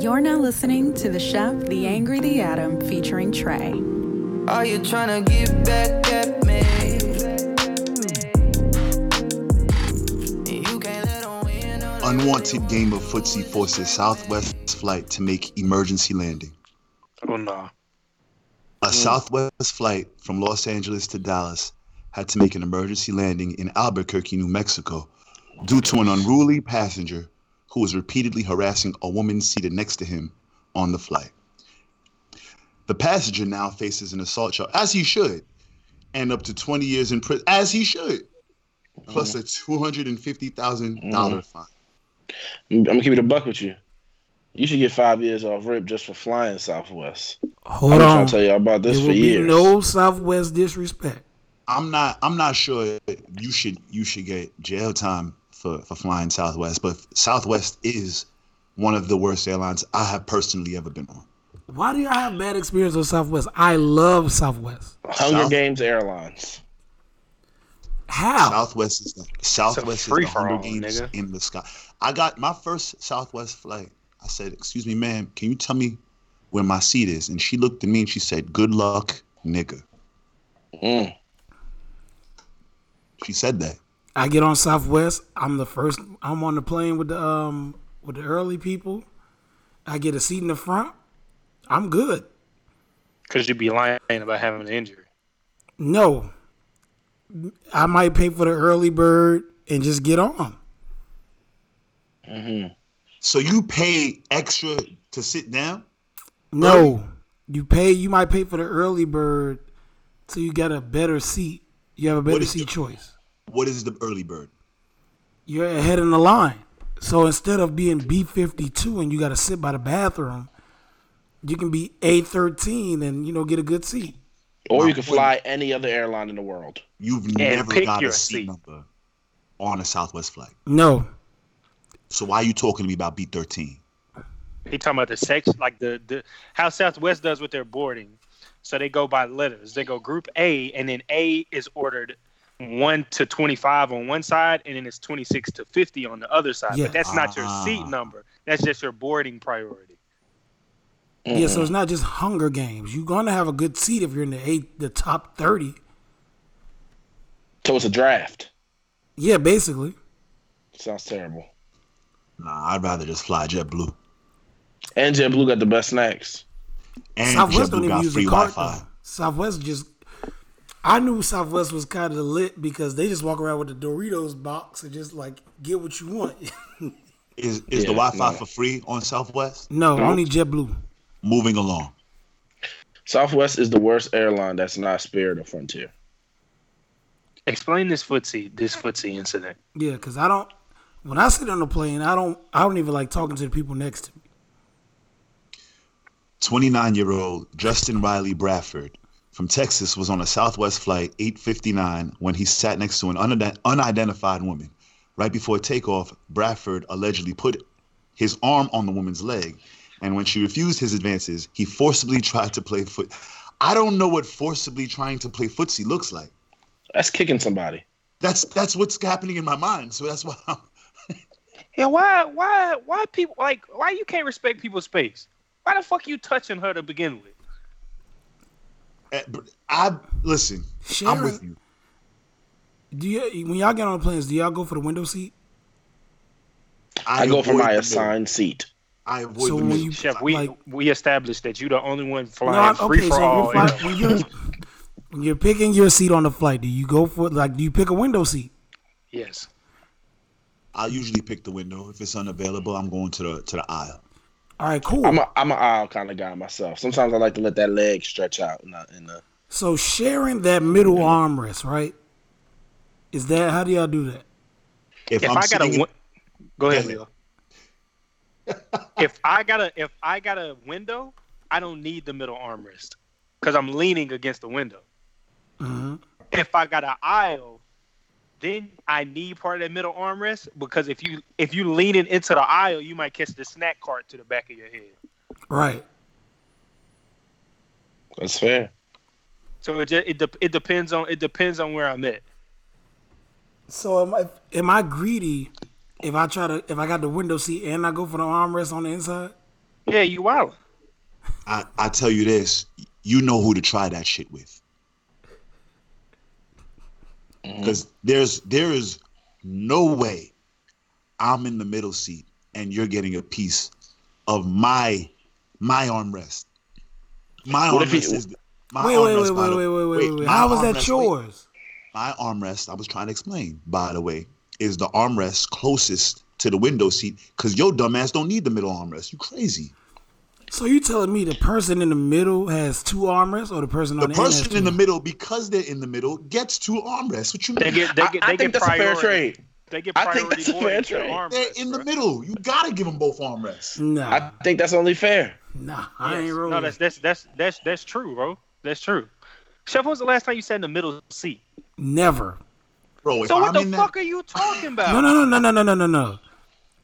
You're now listening to The Chef, The Angry, The Atom featuring Trey. Are you tryna get back at me? You can't let 'em win or lose. Unwanted game of footsie forces Southwest flight to make emergency landing. Oh no. A Southwest flight from Los Angeles to Dallas had to make an emergency landing in Albuquerque, New Mexico, due to an unruly passenger who was repeatedly harassing a woman seated next to him on the flight. The passenger now faces an assault charge, as he should, and up to 20 years in prison, as he should, plus a $250,000 fine. I'm gonna keep it a buck with you. You should get five years off rip just for flying Southwest. Hold I've been trying on. to tell you about this There for will be years. no Southwest disrespect. I'm not. I'm not sure you should. You should get jail time for for flying Southwest. But Southwest is one of the worst airlines I have personally ever been on. Why do y'all have bad experience with Southwest? I love Southwest. Hunger South- Games Airlines. How? Southwest is the Southwest is the Hunger free-for-all, Games nigga. in the sky. I got my first Southwest flight. I said, "Excuse me, ma'am, can you tell me where my seat is?" And she looked at me and she said, "Good luck, nigga." Mm. She said that. I get on Southwest. I'm the first. I'm on the plane with the um with the early people. I get a seat in the front. I'm good. Because you'd be lying about having an injury. No, I might pay for the early bird and just get on. So you pay extra to sit down? No, you pay. You might pay for the early bird, so you get a better seat. You have a better is seat the- choice. What is the early bird? You're ahead in the line. So instead of being B52 and you got to sit by the bathroom, you can be A13 and you know get a good seat. Or you can fly any other airline in the world. You've never pick got a your seat, seat. number on a Southwest flight. No, So why are you talking to me about B thirteen? He talking about the sex, like the, the how Southwest does with their boarding. So they go by letters. They go group A, and then A is ordered one to twenty-five on one side, and then it's twenty-six to fifty on the other side. Yeah. But that's not your seat Ah. number. That's just your boarding priority. Yeah, so it's not just Hunger Games. You're gonna have a good seat if you're in the eight, the top thirty. So it's a draft. Yeah, basically. Sounds terrible. Nah, I'd rather just fly JetBlue. And JetBlue got the best snacks. And Southwest don't JetBlue even got use free a card. Wi-Fi. though. Southwest just. I knew Southwest was kind of lit because they just walk around with the Doritos box and just like get what you want. Is is the Yeah, Wi-Fi no. for free on Southwest? no, only JetBlue. Moving along. Southwest is the worst airline that's not Spirit or Frontier. Explain this footsie, this footsie incident. Yeah, because I don't. When I sit on the plane, I don't. I don't even like talking to the people next to me. 29-year-old Justin Riley Bradford from Texas was on a Southwest flight 859 when he sat next to an unide- unidentified woman. Right before takeoff, Bradford allegedly put his arm on the woman's leg, and when she refused his advances, he forcibly tried to play foot. I don't know what forcibly trying to play footsie looks like. That's kicking somebody. That's that's what's happening in my mind. So that's why I'm, Yeah, why, why, why people like why you can't respect people's space? Why the fuck you touching her to begin with? eh, but I listen. I'm with you. Do you, when y'all get on the planes, do y'all go for the window seat? I go for avoid my the middle. assigned seat. I avoid So the when middle. you- Chef, we Like- we established that you the only one No, flying I'm- free for all. if you're fly- when, you're, when you're picking your seat on the flight, do you go for like do you pick a window seat? yes. I usually pick the window. If it's unavailable, I'm going to the to the aisle. All right, cool. I'm a I'm an aisle kind of guy myself. Sometimes I like to let that leg stretch out in the, in the so sharing that middle armrest, right? Is that how do y'all do that? If i got a sitting in- win- go ahead, Go ahead. Leo. if I got a if I got a window, I don't need the middle armrest because I'm leaning against the window. Mhm. If I got an aisle, then I need part of that middle armrest because if you if you leaning into the aisle, you might catch the snack cart to the back of your head. Right. That's fair. So it just, it de- it depends on it depends on where I'm at. So am I am I greedy if I try to if I got the window seat and I go for the armrest on the inside? Yeah, you wild. I, I tell you this, you know who to try that shit with. Mm. Because there's there is no way I'm in the middle seat and you're getting a piece of my my armrest. My What if he- armrest is my Wait, wait, armrest wait, by wait, the- wait, wait, wait, wait, wait. my How was that armrest- wait. yours? My armrest, I was trying to explain, by the way, is the armrest closest to the window seat because your dumbass don't need the middle armrest. You crazy. So you telling me the person in the middle has two armrests, or the person The on the end has person two? in the middle, because they're in the middle, gets two armrests. What you They mean? get they get I, they I think get that's priority. a fair trade. They get I priority think that's a boarding fair to the trade. armrest, They're in the bruh. middle. You gotta give them both armrests. Nah, I think that's only fair. nah, I ain't rolling. No, that's that's that's that's that's true, bro. That's true. Chef, when was the last time you sat in the middle seat? Never. Bro, if So I'm what in the that- fuck are you talking about? No, no, no, no, no, no, no, no, no.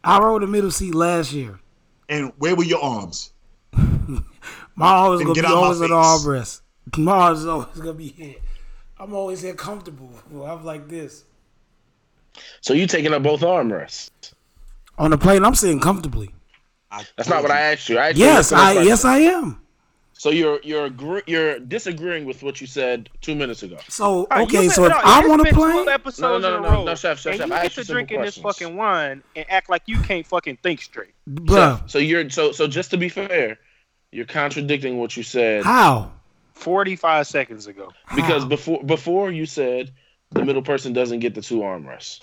I rode the middle seat last year. and where were your arms? My always Then gonna get be out my always an face. armrest. My always always gonna be here. I'm always here comfortable. Well, I'm like this So you taking up both armrests? on the plane. I'm sitting comfortably. I That's not what I asked you. I asked you Yes, a different I question. yes I am. So you're you're agree- you're disagreeing with what you said two minutes ago. So All right, okay, you've been- so if no, I'm it's on a been 12 plane, episodes No, no, no, in a no, no, row, no, chef, chef, and chef, you I get asked to you simple drinking this questions. fucking wine and act like you can't fucking think straight. bruh, So you're so so just to be fair, you're contradicting what you said how? Forty-five seconds ago. because How? before before you said the middle person doesn't get the two armrests.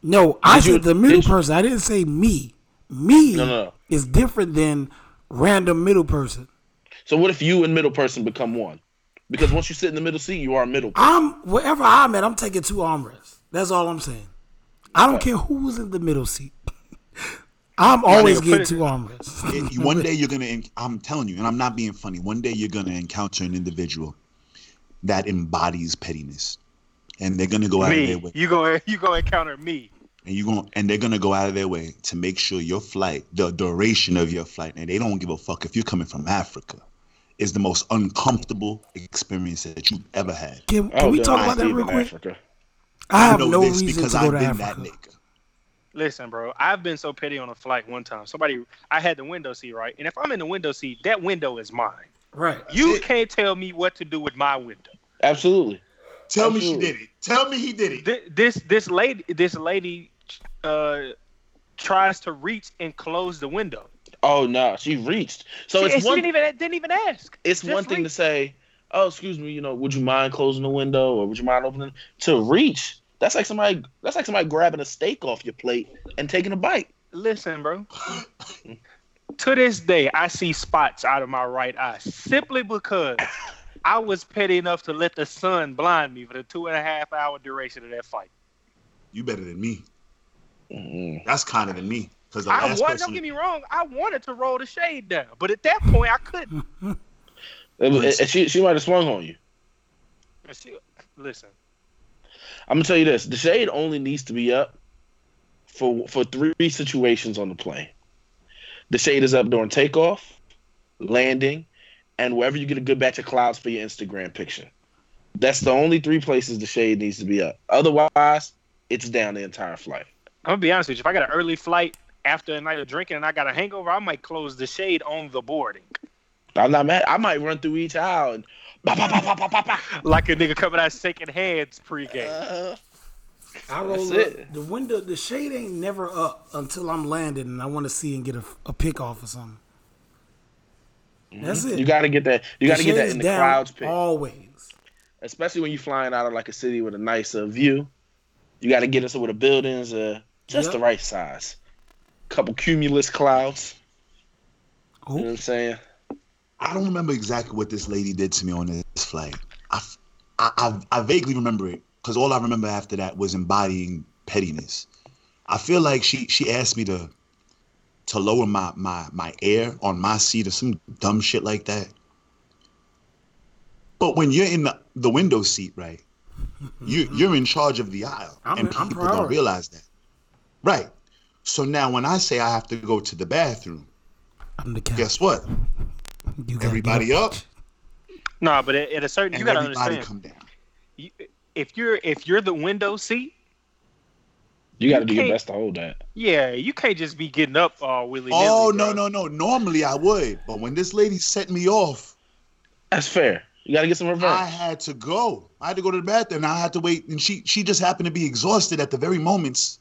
No, I Did you- said the middle did you- person. I didn't say me. Me No, no, no. is different than random middle person. So what if you and middle person become one? Because once you sit in the middle seat, you are middle. I'm wherever I'm at, I'm taking two armrests. That's all I'm saying. I don't care who's in the middle seat. I'm always nigga, getting put it- two armrests. It- you- one day you're gonna. en- I'm telling you, and I'm not being funny. One day you're gonna encounter an individual that embodies pettiness, and they're gonna go out of their Me, way, you go you go encounter me. and you going and they're gonna go out of their way to make sure your flight, the duration of your flight, and they don't give a fuck if you're coming from Africa, is the most uncomfortable experience that you've ever had. Can, I can don't we know talk how Oh, I about stayed that in real quick? Africa. I have know no this reason to because go I've to been Africa. that nigga. Listen, bro, I've been so petty on a flight one time. Somebody, I had the window seat, right? And if I'm in the window seat, that window is mine. Right. You can't tell me what to do with my window. Absolutely. Tell me she Absolutely. did it. Tell me he did it. Th- This this lady this lady uh, tries to reach and close the window. Oh no, she reached. So she, it's she one. didn't even didn't even ask. it's Just one thing reach. to say, "Oh, excuse me, you know, would you mind closing the window or would you mind opening?" To reach, that's like somebody that's like somebody grabbing a steak off your plate and taking a bite. Listen, bro. to this day, I see spots out of my right eye simply because I was petty enough to let the sun blind me for the two and a half hour duration of that fight. You better than me. That's kinder than me. Because the I last want, don't person, get me wrong, I wanted to roll the shade down, but at that point, I couldn't. It was- and she she might have swung on you. She- Listen, I'm gonna tell you this: the shade only needs to be up for for three situations on the plane. The shade is up during takeoff, landing, and wherever you get a good batch of clouds for your Instagram picture. That's the only three places the shade needs to be up. Otherwise, it's down the entire flight. I'm gonna be honest with you. If I got an early flight after a night of drinking and I got a hangover, I might close the shade on the boarding, I'm not mad. I might run through each aisle and bah, bah, bah, bah, bah, bah, bah. like a nigga coming out shaking hands pregame. Uh, I roll That's up. it. The window, the shade ain't never up until I'm landed and I want to see and get a, a pick off or something. Mm-hmm. That's it. you gotta get that. You gotta get that in the clouds pick, Always. especially when you're flying out of like a city with a nice uh, view. You gotta get us with the buildings uh, just Yep. the right size. Couple cumulus clouds. You know what Oh, I'm saying? I don't remember exactly what this lady did to me on this flight. I, f- I, I- I vaguely remember it because all I remember after that was embodying pettiness. I feel like she she asked me to to lower my my my air on my seat or some dumb shit like that. But when you're in the, the window seat, right? You you're in charge of the aisle, I'm- and I'm people don't priority. realize that, right? So now when I say I have to go to the bathroom, I'm the captain. guess what? You gotta get Everybody up, Nah, but at, at a certain, and you gotta everybody understand. come down. you- if you're if you're the window seat, You got to You do your can't- best to hold that. Yeah, you can't just be getting up all willy nilly. Oh no no no! Normally I would, but when this lady set me off, That's fair. You got to get some reverse. I had to go. I had to go to the bathroom. I had to wait, and she she just happened to be exhausted at the very moments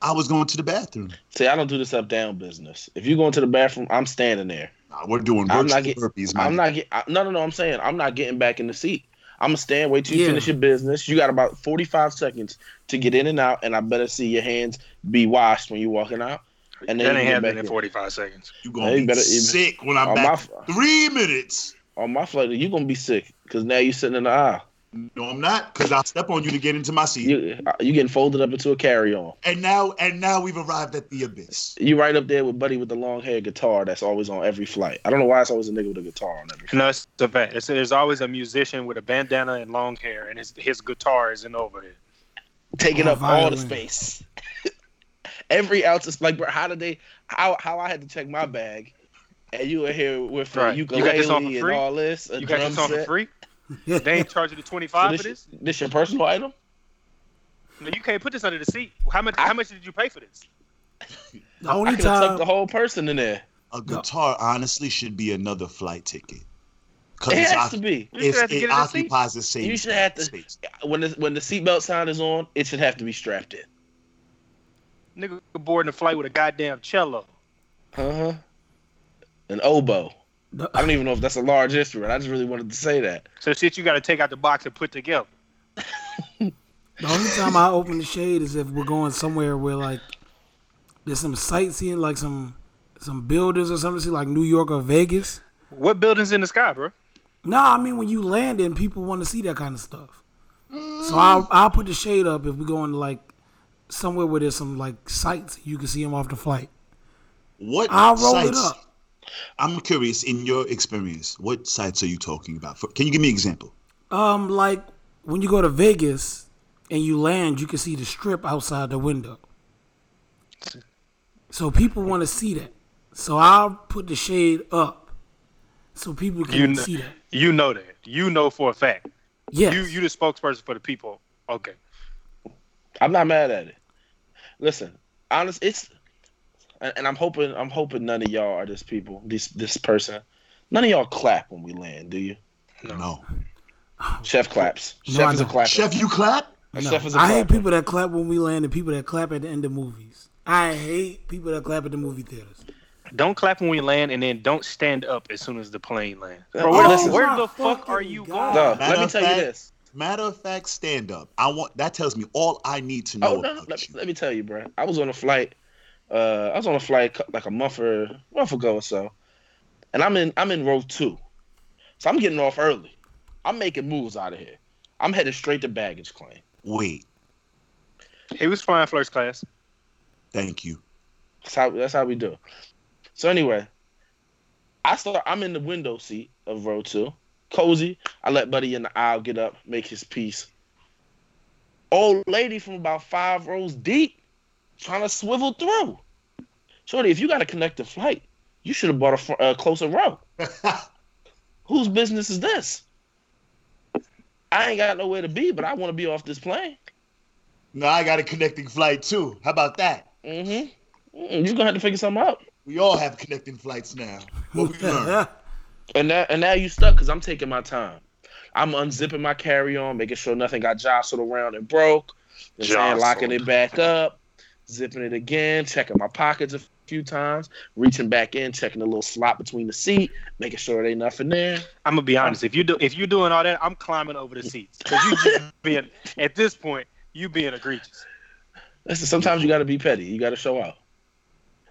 I was going to the bathroom. See, I don't do this up down business. If you go into the bathroom, I'm standing there. Nah, we're doing virtual I'm not getting. therapies, man. I'm not get, I, No, no, no. I'm saying I'm not getting back in the seat. I'm gonna stand. Wait till you Yeah. finish your business. You got about 45 seconds to get in and out, and I better see your hands be washed when you're walking out. And then that you ain't get happening back in in. 45 seconds. You Now gonna you be better- you- sick when I'm on my back. f- Three minutes. on my flight. You are gonna be sick because now you're sitting in the aisle. No, I'm not, because I'll step on you to get into my seat. You uh, you getting folded up into a carry on. and now, and now we've arrived at the abyss. You right up there with Buddy with the long hair guitar that's always on every flight. I don't know why it's always a nigga with a guitar on every. Flight. No, it's a fact. It's, there's always a musician with a bandana and long hair, and his, his guitar is in over it. Taking Oh, up all the violin. space. every ounce is like, bro, how did they? How how I had to check my bag, and you were here with Right. you You got this on for and free? all this. A You got drum this on for set. free? They ain't charging you the So 25 this, for this? this your personal item? No, you can't put this under the seat. How much? How much did you pay for this? The I only could have time tucked the whole person in there. A guitar, honestly, should be another flight ticket. Because It has to be. You should have If to it get in the seat. occupies the same, You should have to- space. When the, when the seatbelt sign is on, it should have to be strapped in. Nigga boarding a flight with a goddamn cello. Uh Uh-huh. huh. An oboe. the- I don't even know if that's a large instrument. I just really wanted to say that. So shit, you got to take out the box and put together. The only time I open the shade is if we're going somewhere where like there's some sightseeing, like some some buildings or something, see like New York or Vegas. What building's in the sky, bro? Nah, I mean when you land in, people want to see that kind of stuff. So I'll I'll put the shade up if we go into like somewhere where there's some like sights you can see them off the flight. What I'll roll it sites? up. I'm curious. In your experience, what sites are you talking about? For, can you give me an example? Um, like when you go to Vegas and you land, you can see the strip outside the window. So people want to see that. So I'll put the shade up so people can You kn- see that. You know that. You know for a fact. Yes. You you the spokesperson for the people. Okay. I'm not mad at it. Listen, honest, it's, and, and I'm hoping I'm hoping none of y'all are this people, this this person. None of y'all clap when we land, do you? No, Chef claps. No, Chef I is a don't. clapper. Chef, you clap. No. Chef is a I hate clapper. people that clap when we land and people that clap at the end of movies. I hate people that clap at the movie theaters. Don't clap when we land, and then don't stand up as soon as the plane lands. Bro, Oh, where, listen. where my the fuck are fucking you God. going? No, let Matter me of tell you fact- this. Matter of fact, stand up. I want that tells me all I need to know Oh no, no about let, me- you. let me tell you, bro. I was on a flight. Uh, I was on a flight cou- like a month or month ago or so, and I'm in I'm in row two, so I'm getting off early. I'm making moves out of here. I'm headed straight to baggage claim. Wait, He was flying first class. thank you. That's how that's how we do. So anyway, I start. I'm in the window seat of row two, cozy. I let Buddy in the aisle get up, make his piece. Old lady from about five rows deep, trying to swivel through. Shorty, if you got a connected flight, you should have bought a, fr- a closer row. Whose business is this? I ain't got nowhere to be, but I want to be off this plane. Now I got a connecting flight too. How about that? Mm-hmm. You're gonna have to figure something out. We all have connecting flights now. What we learned. And now, and now you stuck because I'm taking my time. I'm unzipping my carry on, making sure nothing got jostled around and broke. You know what I'm saying? locking it back up, zipping it again, checking my pockets a few times, reaching back in, checking the little slot between the seat, making sure there ain't nothing there. I'm gonna be honest. If you do, if you doing all that, I'm climbing over the seats because you just being at this point, you being egregious. Listen, sometimes you got to be petty. You got to show out.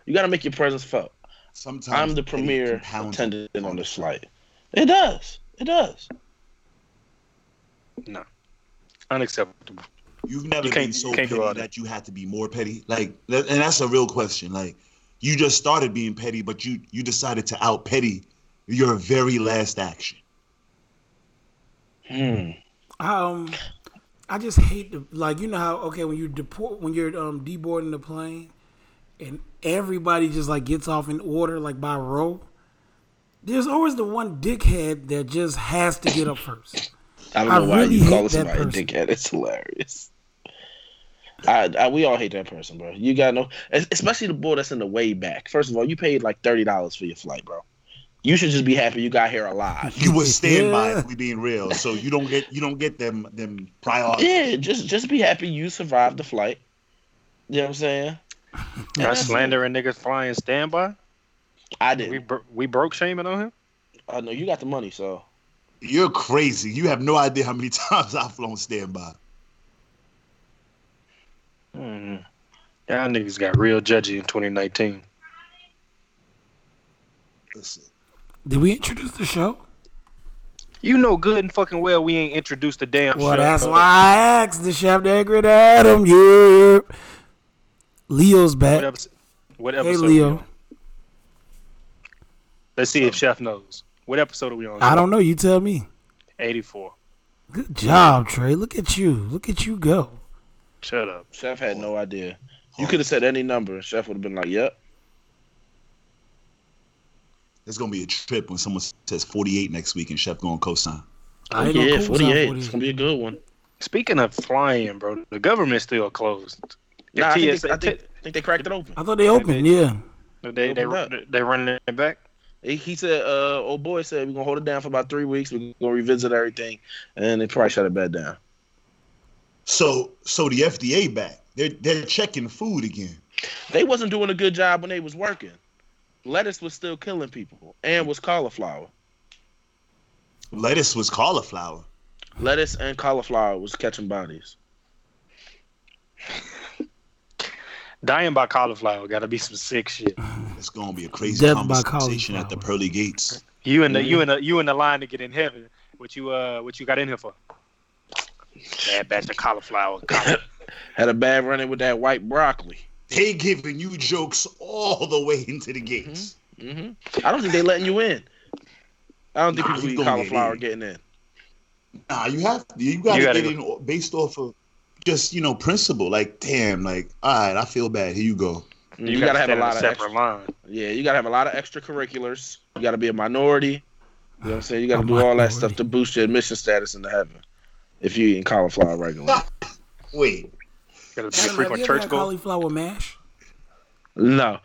You got to make your presence felt. Sometimes I'm the it premier compounds attendant on this flight. It does. It does. Unacceptable. You've never You can't- been so you can't do petty all that. that. you had to be more petty. Like, that- and that's a real question. Like, you just started being petty, but you you decided to out petty your very last action. Hmm. I, um, I just hate the like you know how okay when you deport when you're um deboarding the plane, and everybody just like gets off in order like by row. There's always the one dickhead that just has to get up first. I don't I know why really you hate call that somebody person. dickhead. It's hilarious. I, I we all hate that person, bro. You got no, es- especially the boy that's in the way back. First of all, you paid like thirty dollars for your flight, bro. You should just be happy you got here alive. You would stand by if we being real, so you don't get you don't get them them prior. yeah, just just be happy you survived the flight. You know what I'm saying? I slandering niggas flying standby. I We did. bro- we broke shaming on him. I know you got the money, so You're crazy. You have no idea how many times I've flown standby. Hmm. Y'all niggas got real judgy in 2019. Listen, Did we introduce the show? You know good and fucking well we ain't introduced the damn Well, show, that's bro. why I asked the chef angry at Adam. Yeah. Leo's What back. episode? What Hey, episode we Leo. Oh. on? Let's see if Chef knows. What episode are we on? I don't know. You tell me. 84. Good job, Trey. Look at you. Look at you go. Shut up. Chef had no idea. You could have said any number, and Chef would have been like, "Yep." it's gonna be a trip when someone says 48 next week and Chef going cosign. I ain't Oh, yeah, gonna co-sign 48. 48. It's gonna be a good one. Speaking of flying, bro, the government's still closed. The Nah, I think, they, TSA I think, I think they cracked it open. I thought they opened. Yeah. they, they, they, they running it back. He, he said, uh, "Old boy said we're gonna hold it down for about three weeks. We're gonna revisit everything, and they probably shut it back down." So so the FDA back. They're they're checking food again. They wasn't doing a good job when they was working. Lettuce was still killing people, and was cauliflower. Lettuce was cauliflower. Lettuce and cauliflower was catching bodies. Dying by cauliflower got to be some sick shit. It's gonna be a crazy Death by conversation at the cauliflower. pearly gates. You and the you and the you in the line to get in heaven. What you uh what you got in here for? Bad batch of cauliflower. Cauli- Had a bad running with that white broccoli. They giving you jokes all the way into the gates. hmm I don't think they letting you in. I don't think Nah, people you eat gonna get cauliflower in. getting in. Nah, you have to, you gotta, You gotta get in o- based off of just you know principle. Like damn, like all right, I feel bad. Here you go. You, gotta, have stand a in lot of separate extra- line. Yeah, you gotta have a lot of extracurriculars. You gotta be a minority. You know what I'm saying? You gotta do all that stuff to boost your admission status into heaven. If you eating cauliflower regularly. Wait, Gotta be Adam, a have frequent you ever church had goer. cauliflower mash? no.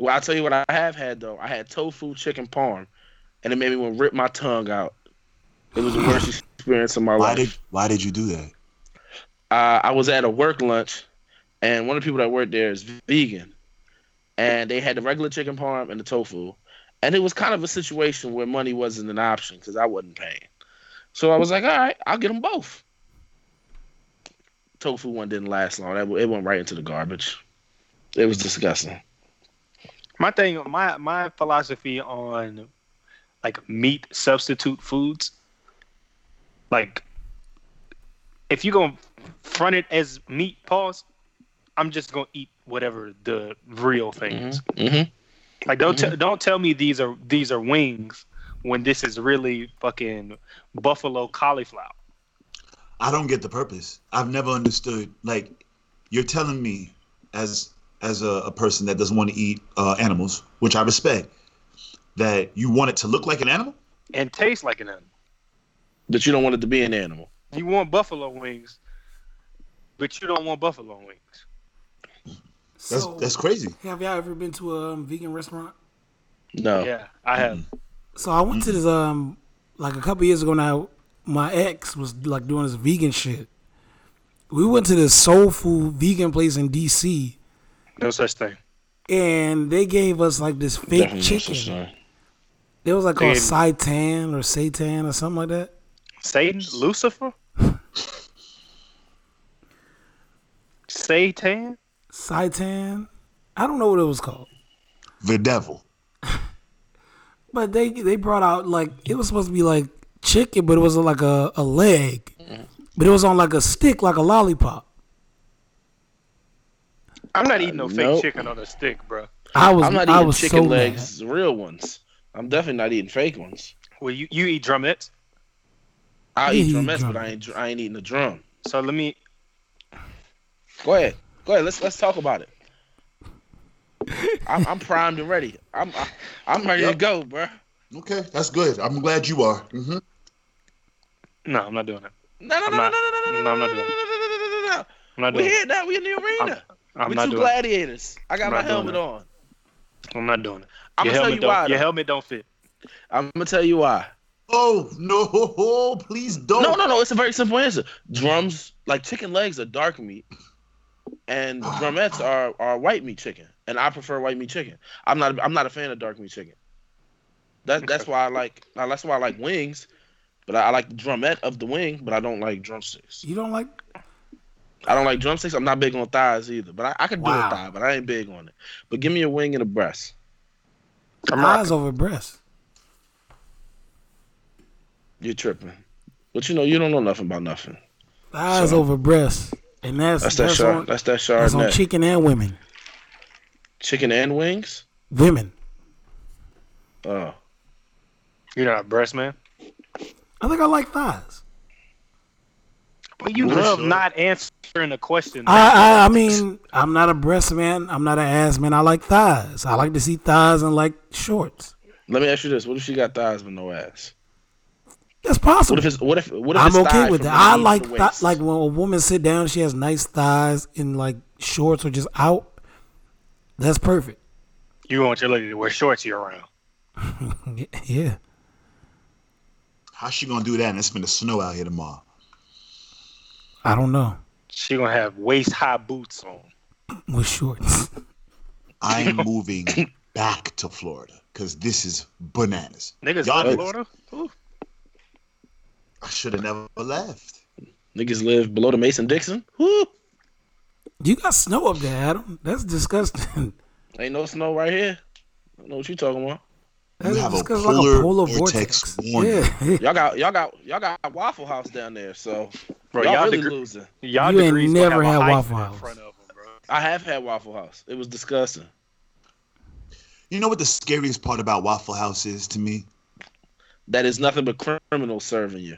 Well, I'll tell you what I have had though. I had tofu chicken parm and it made me want to rip my tongue out. It was the worst experience of my why life. did why did you do that? uh, I was at a work lunch, and one of the people that worked there is vegan, and they had the regular chicken parm and the tofu, and it was kind of a situation where money wasn't an option because I wasn't paying, so I was like, all right, I'll get them both. Tofu one didn't last long. That it went right into the garbage. It was disgusting. My thing, my my philosophy on like meat substitute foods, like if you gonna front it as meat, pause. I'm just gonna eat whatever the real thing is. Mm-hmm. Like don't te- don't tell me these are these are wings when this is really fucking buffalo cauliflower. I don't get the purpose. I've never understood. Like, you're telling me, as as a, a person that doesn't want to eat uh, animals, which I respect, that you want it to look like an animal. and taste like an animal. But you don't want it to be an animal. You want buffalo wings, but you don't want buffalo wings. That's So, that's crazy. Have y'all ever been to a um, vegan restaurant? No. Yeah, I have. So I went to this um like a couple years ago now. My ex was like doing this vegan shit. We went to this soul food vegan place in DC, No such thing. and they gave us like this fake Definitely not such chicken. thing. It was like called Dude. seitan or seitan or something like that. Satan, Lucifer, Satan. Seitan. I don't know what it was called, The devil. but they they brought out like it was supposed to be like chicken, but it was like a, a leg, but it was on like a stick, like a lollipop. I'm not eating no fake Nope. chicken on a stick, bro. I was I'm not I eating was chicken so mad. legs, real ones. I'm definitely not eating fake ones. Well, you, you eat drumettes, I'll Yeah, eat you drumettes, but drummer. I ain't dr- I ain't eating a drum. so let me. Go ahead, go ahead. Let's let's talk about it. I'm, I'm primed and ready. I'm I, I'm ready to Yep. go, bro. Okay, that's good. I'm glad you are. hmm No, I'm not doing it. No, no, I'm no, no, no, not- no, no, no, no, no, I'm no, no, not no, no, doing no, no, no, no, no. I'm not We doing here now. We in the arena. I'm we not two doing it. gladiators. I got I'm my not doing helmet it. on. I'm not doing it. I'm gonna Your tell helmet you don't- why. Your though. helmet don't fit. I'm gonna tell you why. Oh no! Please don't. No, no, no. It's a very simple answer. Drums, like chicken legs, are dark meat, and drumettes are are white meat chicken, and I prefer white meat chicken. I'm not I'm not a fan of dark meat chicken. That that's why I like now, that's why I like wings, but I, I like the drumette of the wing, but I don't like drumsticks. You don't like? I don't like drumsticks. I'm not big on thighs either, but I, I could do Wow. a thigh, but I ain't big on it. But give me a wing and a breast. I'm Eyes rocking. over breasts. You're tripping, but you know you don't know nothing about nothing. Eyes So- over breasts, and that's That's that's, that shard. on, that's that shard. that's on chicken and women. chicken and wings. Women. Oh. You're not a breast man. I think I like thighs. But you Well, love sure. not answering a question. I, I I mean, I'm not a breast man. I'm not an ass man. I like thighs. I like to see thighs and like shorts. Let me ask you this: What if she got thighs but no ass? That's What possible. if it's what if what if I'm it's okay thigh with from that. I knee to like th- waist? like when a woman sit down, she has nice thighs and like shorts or just out. That's perfect. you want your lady to wear shorts year round. Y- Yeah. How's she gonna do that? And it's gonna snow out here tomorrow. I don't know. She gonna have waist high boots on. With shorts. I'm moving back to Florida because this is bananas. Niggas Y'all love niggas- Florida. Ooh. I should have never left. Niggas live below the Mason Dixon. Whoo! You got snow up there, Adam. That's disgusting. Ain't no snow right here. I don't know what you talking about. That's You have a disgusting, polar vortex warning. Yeah. Y'all got y'all got y'all got Waffle House down there, so Bro, y'all, y'all really degre- losing. Y'all You ain't degrees gonna never have had a hyphen Waffle in House. front of 'em, bro. I have had Waffle House. It was disgusting. You know what the scariest part about Waffle House is to me? That is nothing but criminals serving you.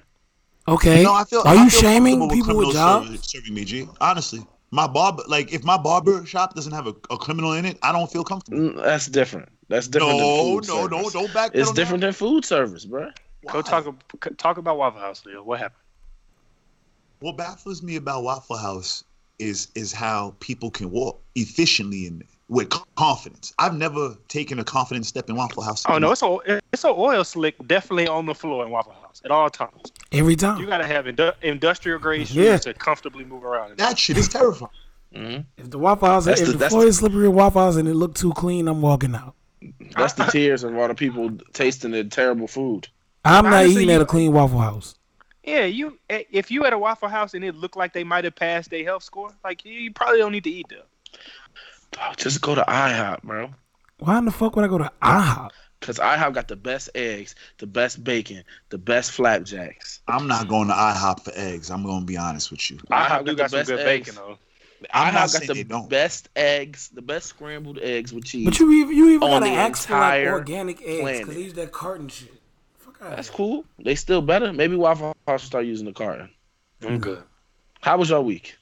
Okay. No, I feel. Are I you feel shaming comfortable people with criminals jobs? serv- Serving me, G. Honestly, my barber, like if my barber shop doesn't have a, a criminal in it, I don't feel comfortable. Mm, That's different. That's different. No, than food no, no, service. don't back. It's different than food service, bro. Go talk ab- c- talk about Waffle House, Leo. What happened? What baffles me about Waffle House is is how people can walk efficiently and with confidence. I've never taken a confident step in Waffle House. Oh no, it's a it's a oil slick definitely on the floor in Waffle House at all times. Every You time. gotta have indu- industrial grade shoes Oh. Yeah. to comfortably move around. in. that shit is terrifying. hmm If the Waffle House, That's if the- the that's floor the- is slippery at Waffle House and it look too clean, I'm walking out. That's the tears of all the people tasting the terrible food. I'm not Honestly, eating you- at a clean Waffle House. Yeah, you i- if you at a Waffle House and it looked like they might have passed their health score, like you, you probably don't need to eat there. Oh, just go to IHOP, bro. Why in the fuck would I go to IHOP? Because IHOP got the best eggs, the best bacon, the best flapjacks. I'm not going to IHOP for eggs. I'm going to be honest with you. IHOP IHOP do got got the some best good eggs. bacon though. I'm not IHOP saying got they the don't. best eggs, the best scrambled eggs with cheese. But you even you even On gotta the ask for like entire organic eggs planet. because they use that carton shit. Fuck out That's cool. They still better. Maybe Waffle House should start using the carton. I'm good. How was your week?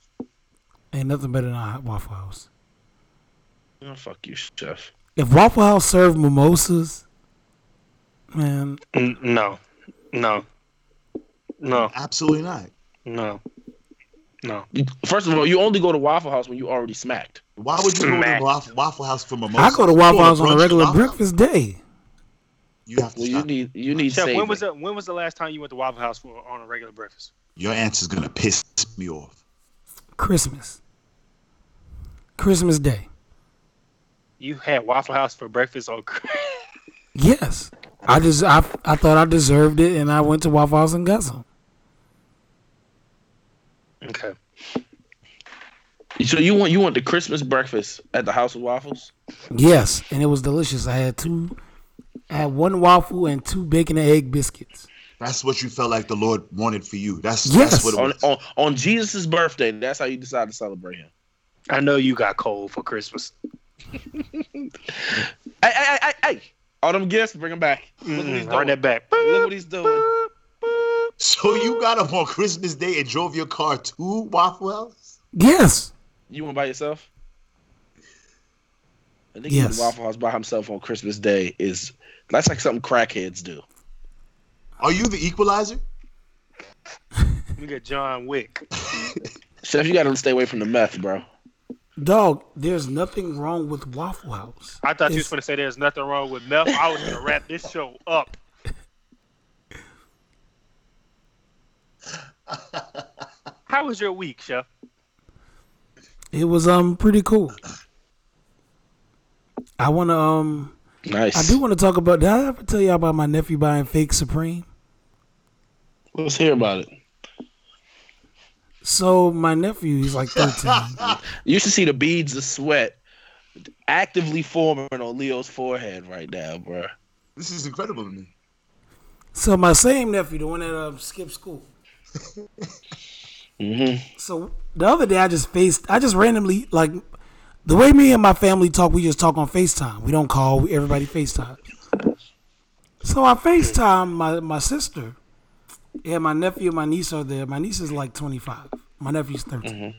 Ain't nothing better than a hot Waffle House. Oh, fuck you, chef. If Waffle House served mimosas, man, N- no, no, no, Absolutely not. no, no. You- First of all, you only go to Waffle House when you already smacked. Why would you go to Smack. Waffle, Waffle House for mimosas? I go to You Waffle House on brunch a for regular Waffle House? breakfast day. You have to Well, you stop. need you need Chef, saving. when was the when was the last time you went to Waffle House for on a regular breakfast? Your answer's gonna piss me off. Christmas. Christmas Day. You had Waffle House for breakfast on Chris- Yes. I just I, I thought I deserved it and I went to Waffle House and got some. Okay. So you want you want the Christmas breakfast at the House of Waffles? Yes, and it was delicious. I had two I had one waffle and two bacon and egg biscuits. That's what you felt like the Lord wanted for you. That's Yes. that's what it On was. on on Jesus' birthday, that's how you decide to celebrate him. I know you got cold for Christmas. Hey, hey, hey, hey, hey! All them gifts, bring them back. Look what he's Mm-mm, doing. Run that back. Look what he's doing. So you got up on Christmas Day and drove your car to Waffle House? Yes. You went by yourself? I think Yes. yes. Waffle House by himself on Christmas Day is that's like something crackheads do. Are you the equalizer? Nigga John Wick. Seth, you gotta stay away from the meth, bro. Dog, there's nothing wrong with Waffle House. I thought you was It's- going to say there's nothing wrong with meth. I was going to wrap this show up. How was your week, Chef? It was um pretty cool. I wanna um I Nice. do want to talk about. Did I ever tell y'all about my nephew buying fake Supreme? Let's hear about it. So my nephew, he's like 13. You should see the beads of sweat actively forming on Leo's forehead right now, bro. This is incredible to me. so my same nephew, the one that um, skipped school. hmm So the other day, I just faced. I just randomly like the way me and my family talk. We just talk on Facetime. We don't call. We, everybody Facetime. So I Facetime my my sister, and my nephew and my niece are there. My niece is like twenty five. My nephew's 13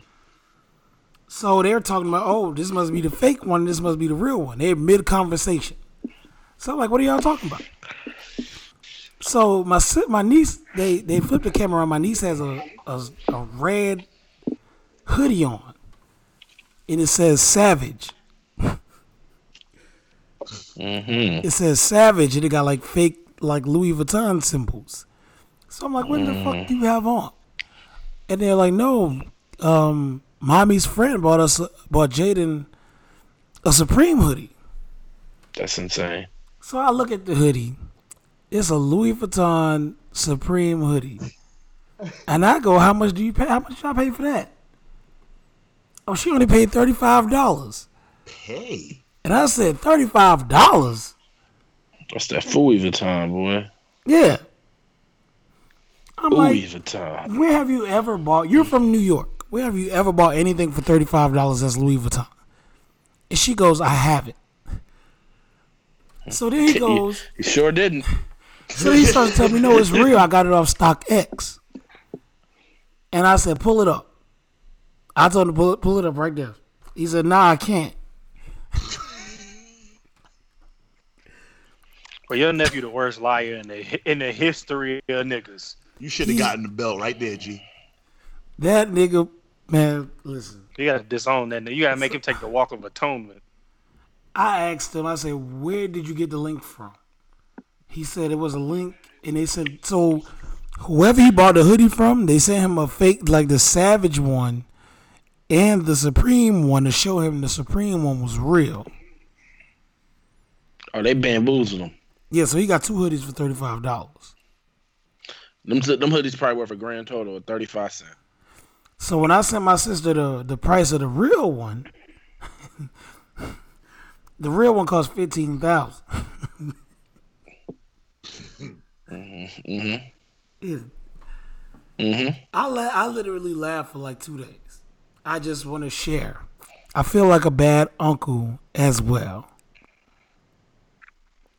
So they're talking about, oh, this must be the fake one. This must be the real one. They're mid conversation. So I'm like, what are y'all talking about? So my si- my niece they they flipped the camera on. My niece has a a, a red hoodie on, and it says Savage. It says Savage, and it got like fake like Louis Vuitton symbols. So I'm like, what the fuck do you have on? And they're like, no, um, mommy's friend bought us bought Jaden a Supreme hoodie. That's insane. So I look at the hoodie. It's a Louis Vuitton Supreme hoodie. And I go, how much do you pay? How much did I pay for that? Oh, she only paid $35. Hey. And I said, $35? That's that Fooey Vuitton, boy. Yeah. I'm Fooey like, Vuitton. where have you ever bought? You're from New York. Where have you ever bought anything for $35 that's Louis Vuitton? And she goes, I haven't. So then he goes, You sure didn't. So he starts telling me, no, it's real. I got it off StockX. And I said, pull it up. I told him to pull it, pull it up right there. He said, nah, I can't. Well, your nephew the worst liar in the hi- in the history of niggas. You should have gotten the belt right there, G. That nigga, man, listen. You gotta disown that. nigga. You gotta make him take the walk of atonement. I asked him, I said, where did you get the link from? He said it was a link. And they said, so whoever he bought the hoodie from, they sent him a fake, like the Savage one and the Supreme one to show him the Supreme one was real. Oh, they bamboozled him. Yeah, so he got two hoodies for $35. Them, them hoodies probably worth a grand total of 35 cents. So when I sent my sister the the price of the real one, the real one cost fifteen thousand. mm-hmm. I la- I literally laughed for like two days. I just want to share. I feel like a bad uncle as well.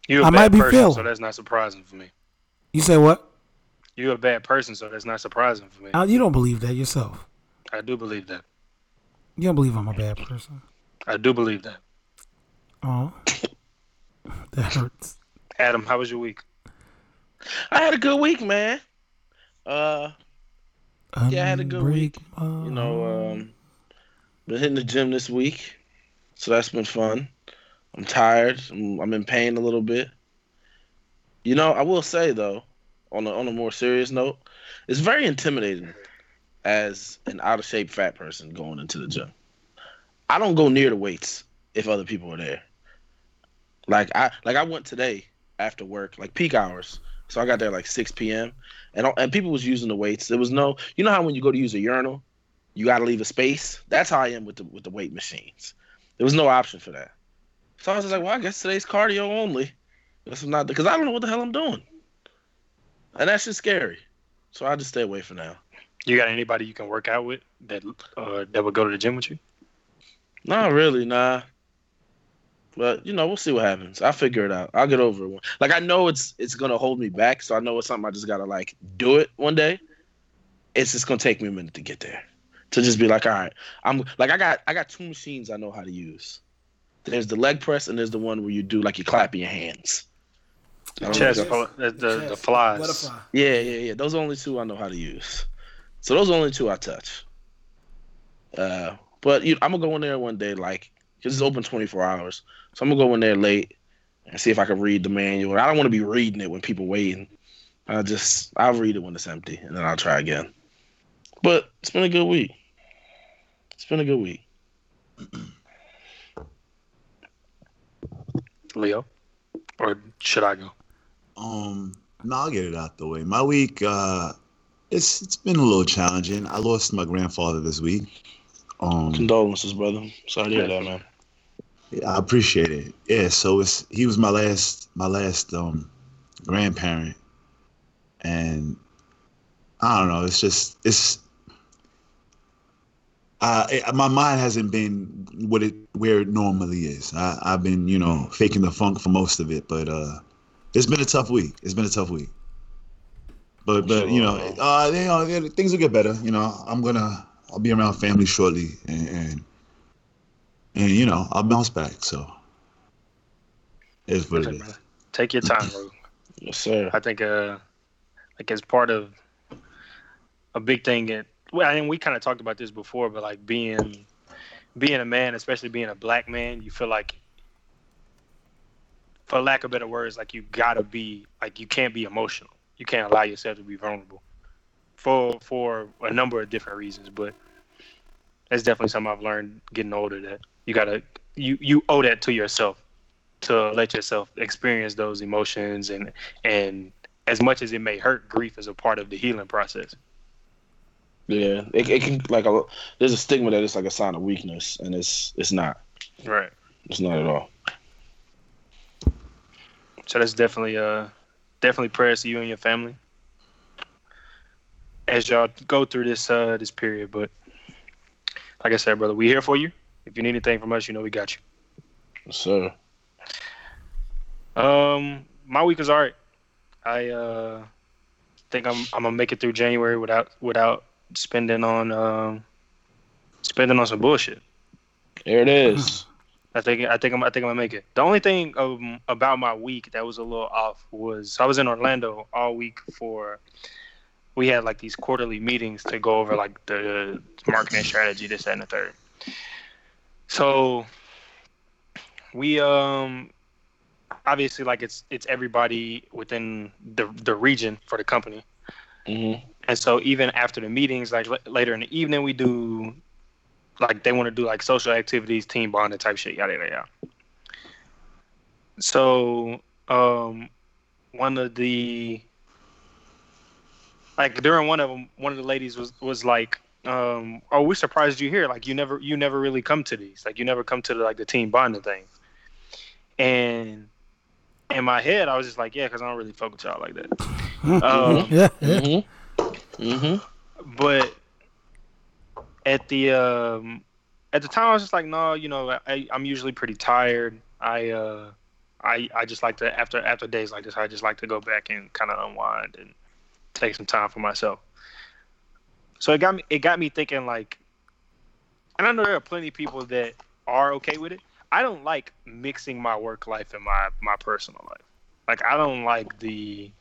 You a I bad might be person, feeling. so that's not surprising for me. You say what? You a bad person, so that's not surprising for me. Uh, You don't believe that yourself. I do believe that. You don't believe I'm a bad person. I do believe that. Oh, that hurts. Adam, how was your week? I had a good week, man. Uh, Yeah, I had a good week. Unbreak my you know, um, been hitting the gym this week, so that's been fun. I'm tired. I'm, I'm in pain a little bit. You know, I will say though, on a, on a more serious note, it's very intimidating as an out of shape fat person going into the gym. I don't go near the weights if other people are there. Like I like I went today after work, like peak hours. So I got there like 6 p.m. and I- and people was using the weights. There was no, you know how when you go to use a urinal, you got to leave a space. That's how I am with the with the weight machines. There was no option for that. So I was just like, well, I guess today's cardio only. This is not because I don't know what the hell I'm doing, and that's just scary. So I just stay away for now. You got anybody you can work out with that uh, that would go to the gym with you? Not really, nah. But you know, we'll see what happens. I'll figure it out. I'll get over it. one- Like I know it's it's gonna hold me back, so I know it's something I just gotta like do it one day. It's just gonna take me a minute to get there. To just be like, all right, I'm like I got I got two machines I know how to use. There's the leg press and there's the one where you do like you clap your hands. I don't know Chest, if y'all- fo- the, the, the Chest, flies. butterfly. yeah, yeah, yeah. Those are only two I know how to use. So those are only two I touch. Uh, but you, I'm gonna go in there one day, like because it's open 24 hours. So I'm gonna go in there late and see if I can read the manual. I don't want to be reading it when people waiting. I just I'll read it when it's empty, and then I'll try again. But it's been a good week. It's been a good week. Leo, or should I go? Um, no, I'll get it out the way. My week, uh, it's it's been a little challenging. I lost my grandfather this week. Um, Condolences, brother. Sorry to hear that, man. I appreciate it. Yeah, so it's he was my last my last um grandparent, and I don't know. It's just it's. Uh, it, my mind hasn't been what it where it normally is. I, I've been, you know, faking the funk for most of it, but uh, it's been a tough week. It's been a tough week. But but you know, Sure. uh, you know, yeah, things will get better. You know, I'm gonna I'll be around family shortly, and and, and you know I'll bounce back. So it's what it Okay, is. brother. Take your time, bro. Yes, sir. I think uh like as part of a big thing it well, I mean, we kind of talked about this before, but like being being a man, especially being a black man, you feel like for lack of better words, like you gotta be like you can't be emotional. You can't allow yourself to be vulnerable for for a number of different reasons, but that's definitely something I've learned getting older that you gotta you you owe that to yourself to let yourself experience those emotions and and as much as it may hurt, grief is a part of the healing process. Yeah, it, it can like a, there's a stigma that it's like a sign of weakness, and it's it's not. Right. It's not at all. So that's definitely uh definitely prayers to you and your family as y'all go through this uh this period. But like I said, brother, we here for you. If you need anything from us, you know we got you. Yes, sir. Um, my week is alright. I uh think I'm I'm gonna make it through January without without spending on um spending on some bullshit. There it is. I think I think I'm I think I'm gonna make it. The only thing um, about my week that was a little off was I was in Orlando all week for we had like these quarterly meetings to go over like the marketing strategy, this, that, and the third. So we um obviously like it's it's everybody within the the region for the company. hmm And so even after the meetings, like l- later in the evening, we do like they want to do like social activities, team bonding type shit, yada yada yada. So um, one of the like during one of them, one of the ladies was was like, um, "Oh, we surprised you here. Like you never you never really come to these. Like you never come to the, like the team bonding thing." And in my head, I was just like, "Yeah, because I don't really fuck with y'all like that." um, Yeah. hmm hmm but at the um, at the time, I was just like, no, you know, I, I'm usually pretty tired. I uh, I I just like to after after days like this, I just like to go back and kind of unwind and take some time for myself. So it got me it got me thinking like, and I know there are plenty of people that are okay with it. I don't like mixing my work life and my my personal life. Like I don't like the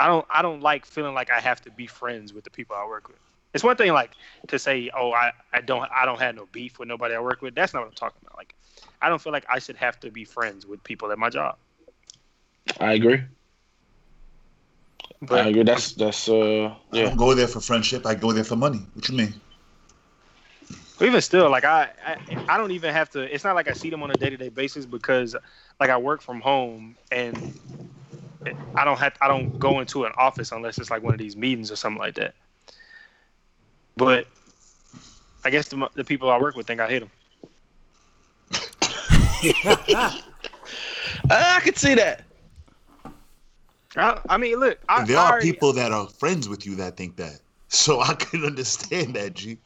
I don't I don't like feeling like I have to be friends with the people I work with. It's one thing like to say, oh, I, I don't I don't have no beef with nobody I work with. That's not what I'm talking about. Like, I don't feel like I should have to be friends with people at my job. I agree. I But agree. That's that's uh I yeah. don't go there for friendship. I go there for money. What you mean? even still, like I, I I don't even have to. It's not like I see them on a day to day basis because like I work from home and I don't have I don't go into an office unless it's like one of these meetings or something like that. But I guess the, the people I work with think I hate them. Ah, I, I could see that. I, I mean, look, I, there I are already- people that are friends with you that think that. So I can understand that, G.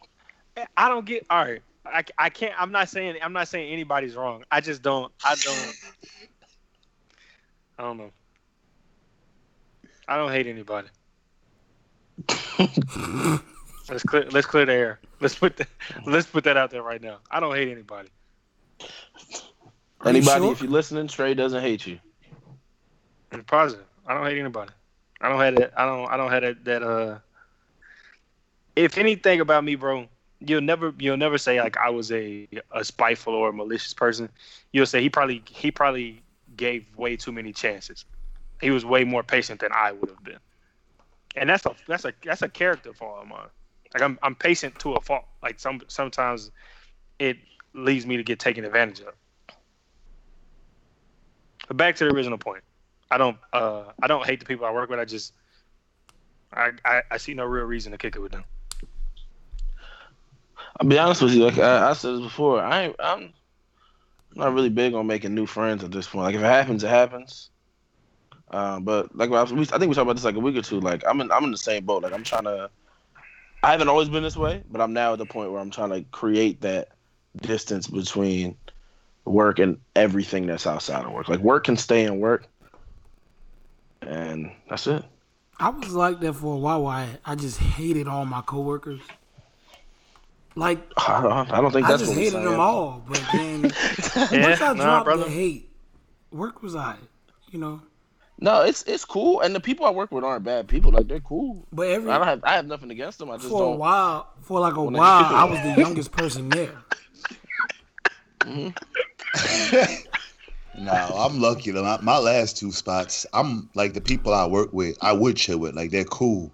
I don't get. All right, I, I can't. I'm not saying. I'm not saying anybody's wrong. I just don't. I don't. I don't know. I don't hate anybody. let's clear. Let's clear the air. Let's put. The, let's put that out there right now. I don't hate anybody. Are you Anybody, sure? if you're listening, Trey doesn't hate you. I'm positive. I don't hate anybody. I don't have that. I don't. I don't have that. That uh. if anything about me, bro, you'll never you'll never say like I was a a spiteful or a malicious person. You'll say he probably he probably gave way too many chances. He was way more patient than I would have been, and that's a that's a that's a character flaw of mine. Like I'm I'm patient to a fault. Like some sometimes it leads me to get taken advantage of. But back to the original point. I don't uh I don't hate the people I work with. I just I I, I see no real reason to kick it with them. I'll be honest with you. Like I, I said this before, I ain't- I'm not really big on making new friends at this point. Like if it happens, it happens. Uh, but like I, was- we, I think we talked about this like a week or two. Like I'm in I'm in the same boat. Like I'm trying to. I haven't always been this way, but I'm now at the point where I'm trying to create that distance between work and everything that's outside of work. Like work can stay in work, and that's it. I was like that for a while. Why I, I just hated all my coworkers. Like I don't, I don't think I that's just what we're hated saying. them all, but then Yeah, once I nah, dropped brother. the hate, work was I, you know. No, it's it's cool, and the people I work with aren't bad people. Like they're cool. But every I don't have I have nothing against them. I just for a don't. while, for like a Well, nigga, while, you I cool. was the youngest person there. No, I'm lucky. though. My- My last two spots, I'm like the people I work with, I would chill with. Like they're cool,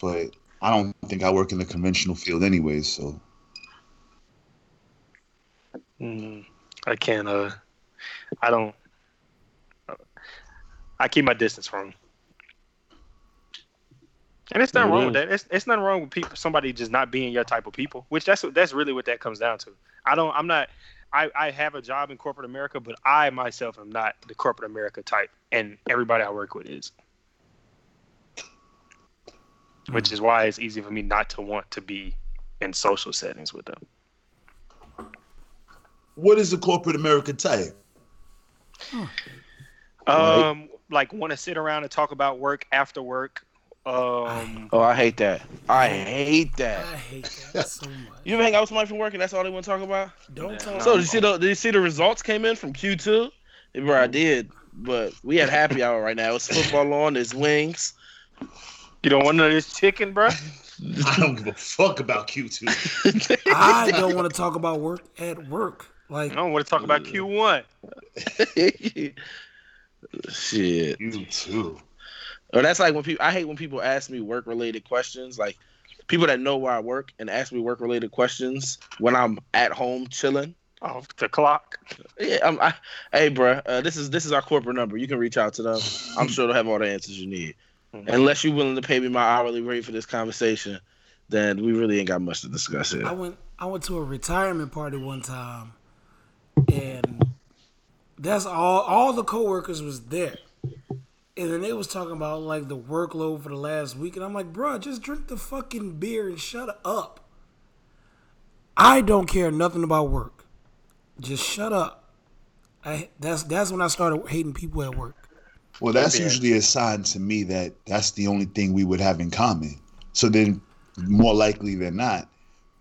but I don't think I work in the conventional field anyways. So Mm, I can't. Uh, I don't. I keep my distance from. 'em. And it's nothing It wrong with that. It's, it's nothing wrong with people. Somebody just not being your type of people, which that's what- that's really what that comes down to. I don't. I'm not. I, I have a job in corporate America, but I myself am not the corporate America type, and everybody I work with is. Which is why it's easy for me not to want to be in social settings with them. what is the corporate America type? Right. Um, like want to sit around and talk about work after work. Um, Oh, I hate that. I hate I that. hate that so much. You ever hang out with somebody from work and that's all they want to talk about? Don't tell So did you see the did you see the results came in from Q two? Bro, I did, but we had happy hour right now. It's football on. It's wings. you don't want none of this chicken, bro. I don't give a fuck about Q2. I don't want to talk about work at work. Like I don't want to talk about Q one. Shit. Q2. Or that's like when people. I hate when people ask me work related questions. Like people that know where I work and ask me work related questions when I'm at home chilling. Off the clock. Yeah, I'm, I, hey, bro, uh, this is this is our corporate number. You can reach out to them. I'm sure they'll have all the answers you need. Hmm. Unless you're willing to pay me my hourly rate for this conversation, then we really ain't got much to discuss here. I went I went to a retirement party one time and that's all all the coworkers was there. And then they was talking about like the workload for the last week and I'm like, "Bruh, just drink the fucking beer and shut up." I don't care nothing about work. Just shut up. I that's that's when I started hating people at work. Well, that's usually a sign to me that that's the only thing we would have in common. So then, more likely than not,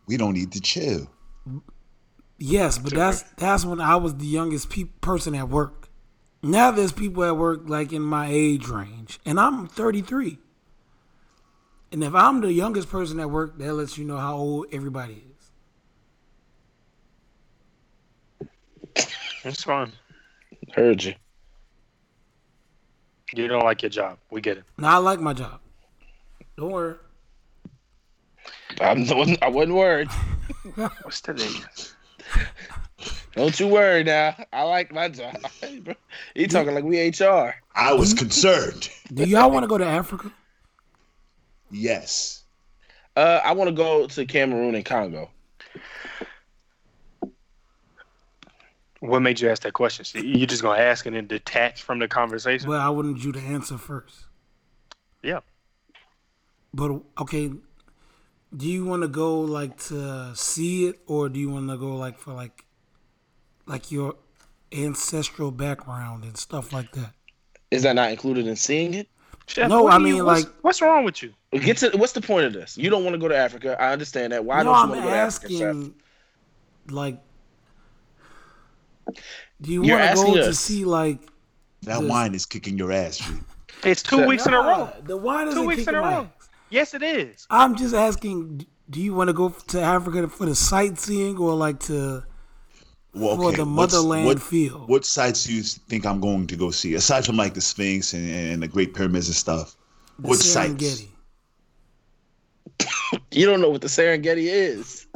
we don't need to chill. Yes, but that's that's when I was the youngest pe- person at work. Now there's people at work like in my age range, and I'm 33. And if I'm the youngest person at work, that lets you know how old everybody is. It's fine. Heard you. You don't like your job. We get it. Now I like my job. Don't worry. I'm, I wasn't worried. What's the name? Don't you worry now. I like my job. Bro, you talking like we HR. I was Mm-hmm. concerned. Do y'all want to go to Africa? Yes. Uh, I want to go to Cameroon and Congo. What made you ask that question? So you just gonna ask and then detach from the conversation? Well, I wanted you to answer first. Yeah. But okay, do you want to go like to see it, or do you want to go like for like, like your ancestral background and stuff like that? Is that not included in seeing it? Chef, No, what I do you- mean, what's- like- what's wrong with you? Get to what's the point of this? You don't want to go to Africa. I understand that. Why no, don't I'm you want to go asking, to Africa? Seth? like, do you You're want to go asking to us. see like That Yes. wine is kicking your ass, G. It's two Chef. uh, weeks in a row. The wine is Two weeks in a row. Yes, it is. I'm just asking. Do you want to go to Africa for the sightseeing or like to Well, for what's- the motherland what, feel? What sites do you think I'm going to go see aside from like the Sphinx and, and the Great Pyramids and stuff? the What sites? You don't know what the Serengeti is.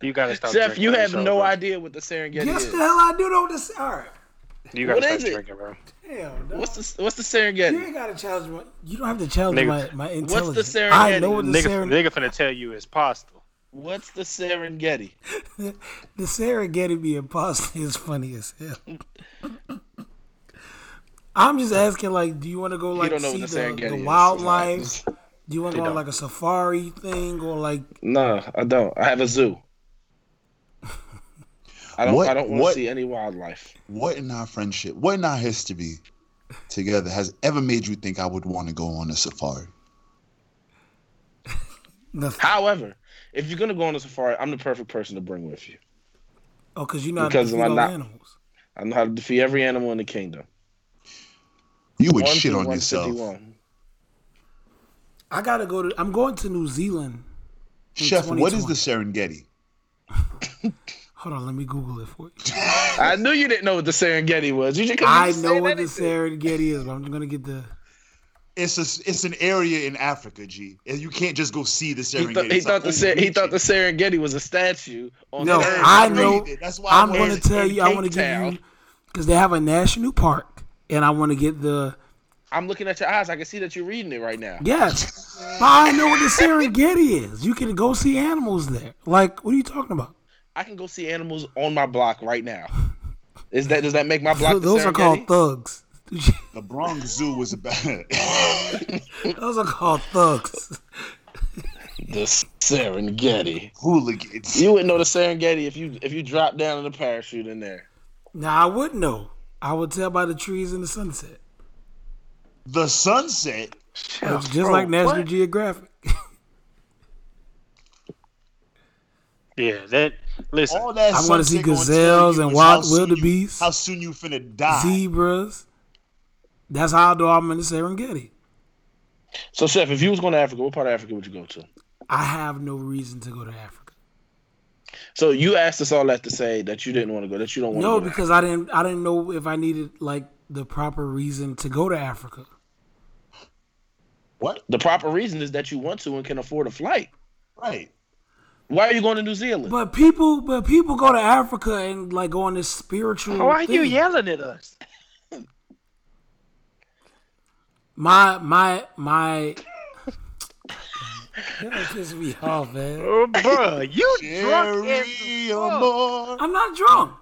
You gotta stop. Jeff, drinking you on have the show, no bro. idea what the Serengeti Yes, is. the hell I do know this. All right, You gotta What stop is it? drinking, bro. damn. dog. What's the What's the you Serengeti? ain't gotta challenge my. You don't have to challenge Nigga, my, my the intelligence. Serengeti? I know what the, Nigga, Seren- nigga finna tell you it's pasta. What's the Serengeti? the Serengeti be imposter is funny as hell. I'm just asking, like, do you want to go like don't know see what the the, Serengeti the is. wildlife? Do you want to go on don't. like a safari thing or like No, I don't. I have a zoo. I don't. What- I don't want to what- see any wildlife. What in our friendship? What in our history together has ever made you think I would want to go on a safari? nothing? However, if you're gonna go on a safari, I'm the perfect person to bring with you. Oh, because you know how to Because feed why all not? animals. I know how to defeat every animal in the kingdom. You would One shit through on yourself. 151. I gotta go to. I'm going to New Zealand. in Chef, what is the 2020. Serengeti? Hold on, let me Google it for you. I knew you didn't know what the Serengeti was. You just couldn't I even know say what the anything. Serengeti is, but I'm gonna get the. It's a, it's an area in Africa, G. And you can't just go see the Serengeti. He, thought- he It's a thought the whole Ser- he region. thought the Serengeti was a statue. On No, the That's I crazy. know. That's why I I'm wanted gonna to tell in you. I want to Cape give Town. you because they have a national park, and I want to get the. I'm looking at your eyes. I can see that you're reading it right now. Yes, but I know what the Serengeti is. You can go see animals there. Like, what are you talking about? I can go see animals on my block right now. Is that does that make my block? Th- those the are called Serengeti? thugs. The Bronx Zoo was about. those are called thugs. the Serengeti. hooligans. You wouldn't know the Serengeti if you if you dropped down in a parachute in there. Now I would know. I would tell by the trees and the sunset, The sunset. It's just like National Geographic. Yeah, that listen. All that. I wanna sunset see gonna tell gazelles you and is wild how soon you- wildebeest. How soon you finna die? Ah. zebras. That's how I know I'm in the Serengeti. So, Chef, if you was going to Africa, what part of Africa would you go to? I have no reason to go to Africa. So you asked us all that to say that you didn't want to go, that you don't want No, to go. to because I didn't. I didn't know if I needed like the proper reason to go to Africa. What? the proper reason is that you want to and can afford a flight. Right. Why are you going to New Zealand? But people, but people go to Africa and like go on this spiritual. Why are you thing. yelling at us? My my my. That piss me off, man. Oh, bro, you drunk as Jerry fuck. Moore. I'm not drunk,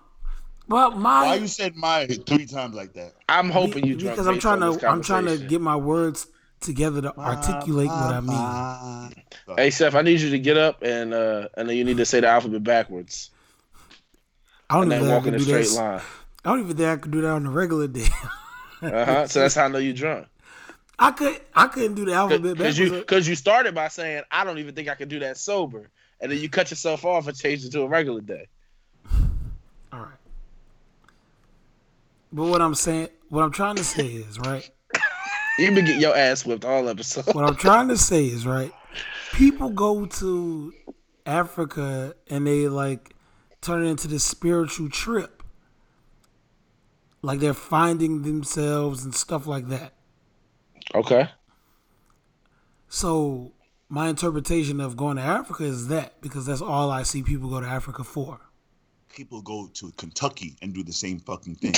but my Why you said my three times like that? I'm hoping you drunk because I'm based trying on this to I'm trying to conversation. get my words together to articulate what I mean. Ah. Hey, Chef, I need you to get up and uh and then you need to say the alphabet backwards I don't and then even think I walk in could a do straight that. line. I don't even think I could do that on a regular day. Uh huh. so that's how I know you drunk. I could I couldn't do the alphabet Because backwards. you because you started by saying I don't even think I can do that sober, and then you cut yourself off and changed it to a regular day. All right. But what I'm saying, what I'm trying to say is right. You been getting your ass whipped all episode. What I'm trying to say is right. People go to Africa and they like turn it into this spiritual trip. Like they're finding themselves and stuff like that. Okay. So my interpretation of going to Africa is that because that's all I see people go to Africa for. People go to Kentucky and do the same fucking thing.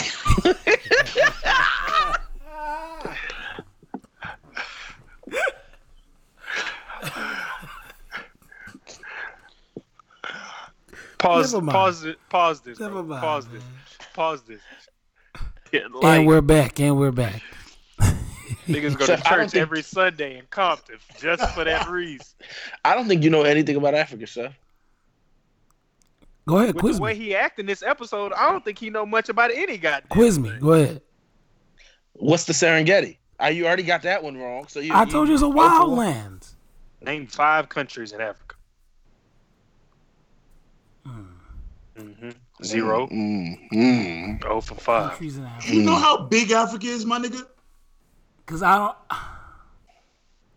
Pause, Never mind. pause, it, pause this, bro. Never mind, pause this, pause this. Yeah, and like we're back. And we're back. niggas go to Chef, I don't church think- every Sunday in Compton just for that reason. I don't think you know anything about Africa, Chef. Go ahead, With quiz the way me. he acted in this episode, I don't think he know much about any goddamn. Quiz me. thing. Go ahead. What's the Serengeti? Uh, you already got that one wrong. So you, I told you it's a wild land. wildlands. Name five countries in Africa. hmm Zero. Oh for five. Countries in Mm. Africa. you know how big Africa is, my nigga? Cause I don't.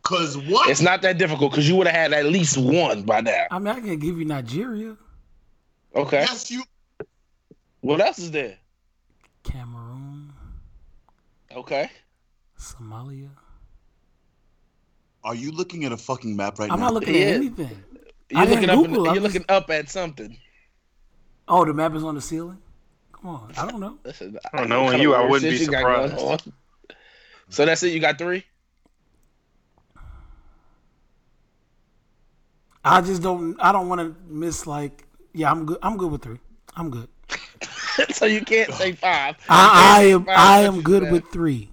Cause what? It's not that difficult because you would have had at least one by now. I mean, I can give you Nigeria, Okay. yes, you. What else is there? Cameroon, Okay. Somalia. Are you looking at a fucking map right I'm now? not looking Yeah. at anything. You're I didn't looking up. Google, you're I'm looking up at something. Oh, the map is on the ceiling. Come on, I don't know. Listen, Oh, know knowing what you, I kind of wouldn't be shit you got going surprised. on. So that's it. You got three. I just don't. I don't want to miss like. Yeah, I'm good. I'm good with three. I'm good. so you can't say five. I, I You am. can't say five. I am good with three.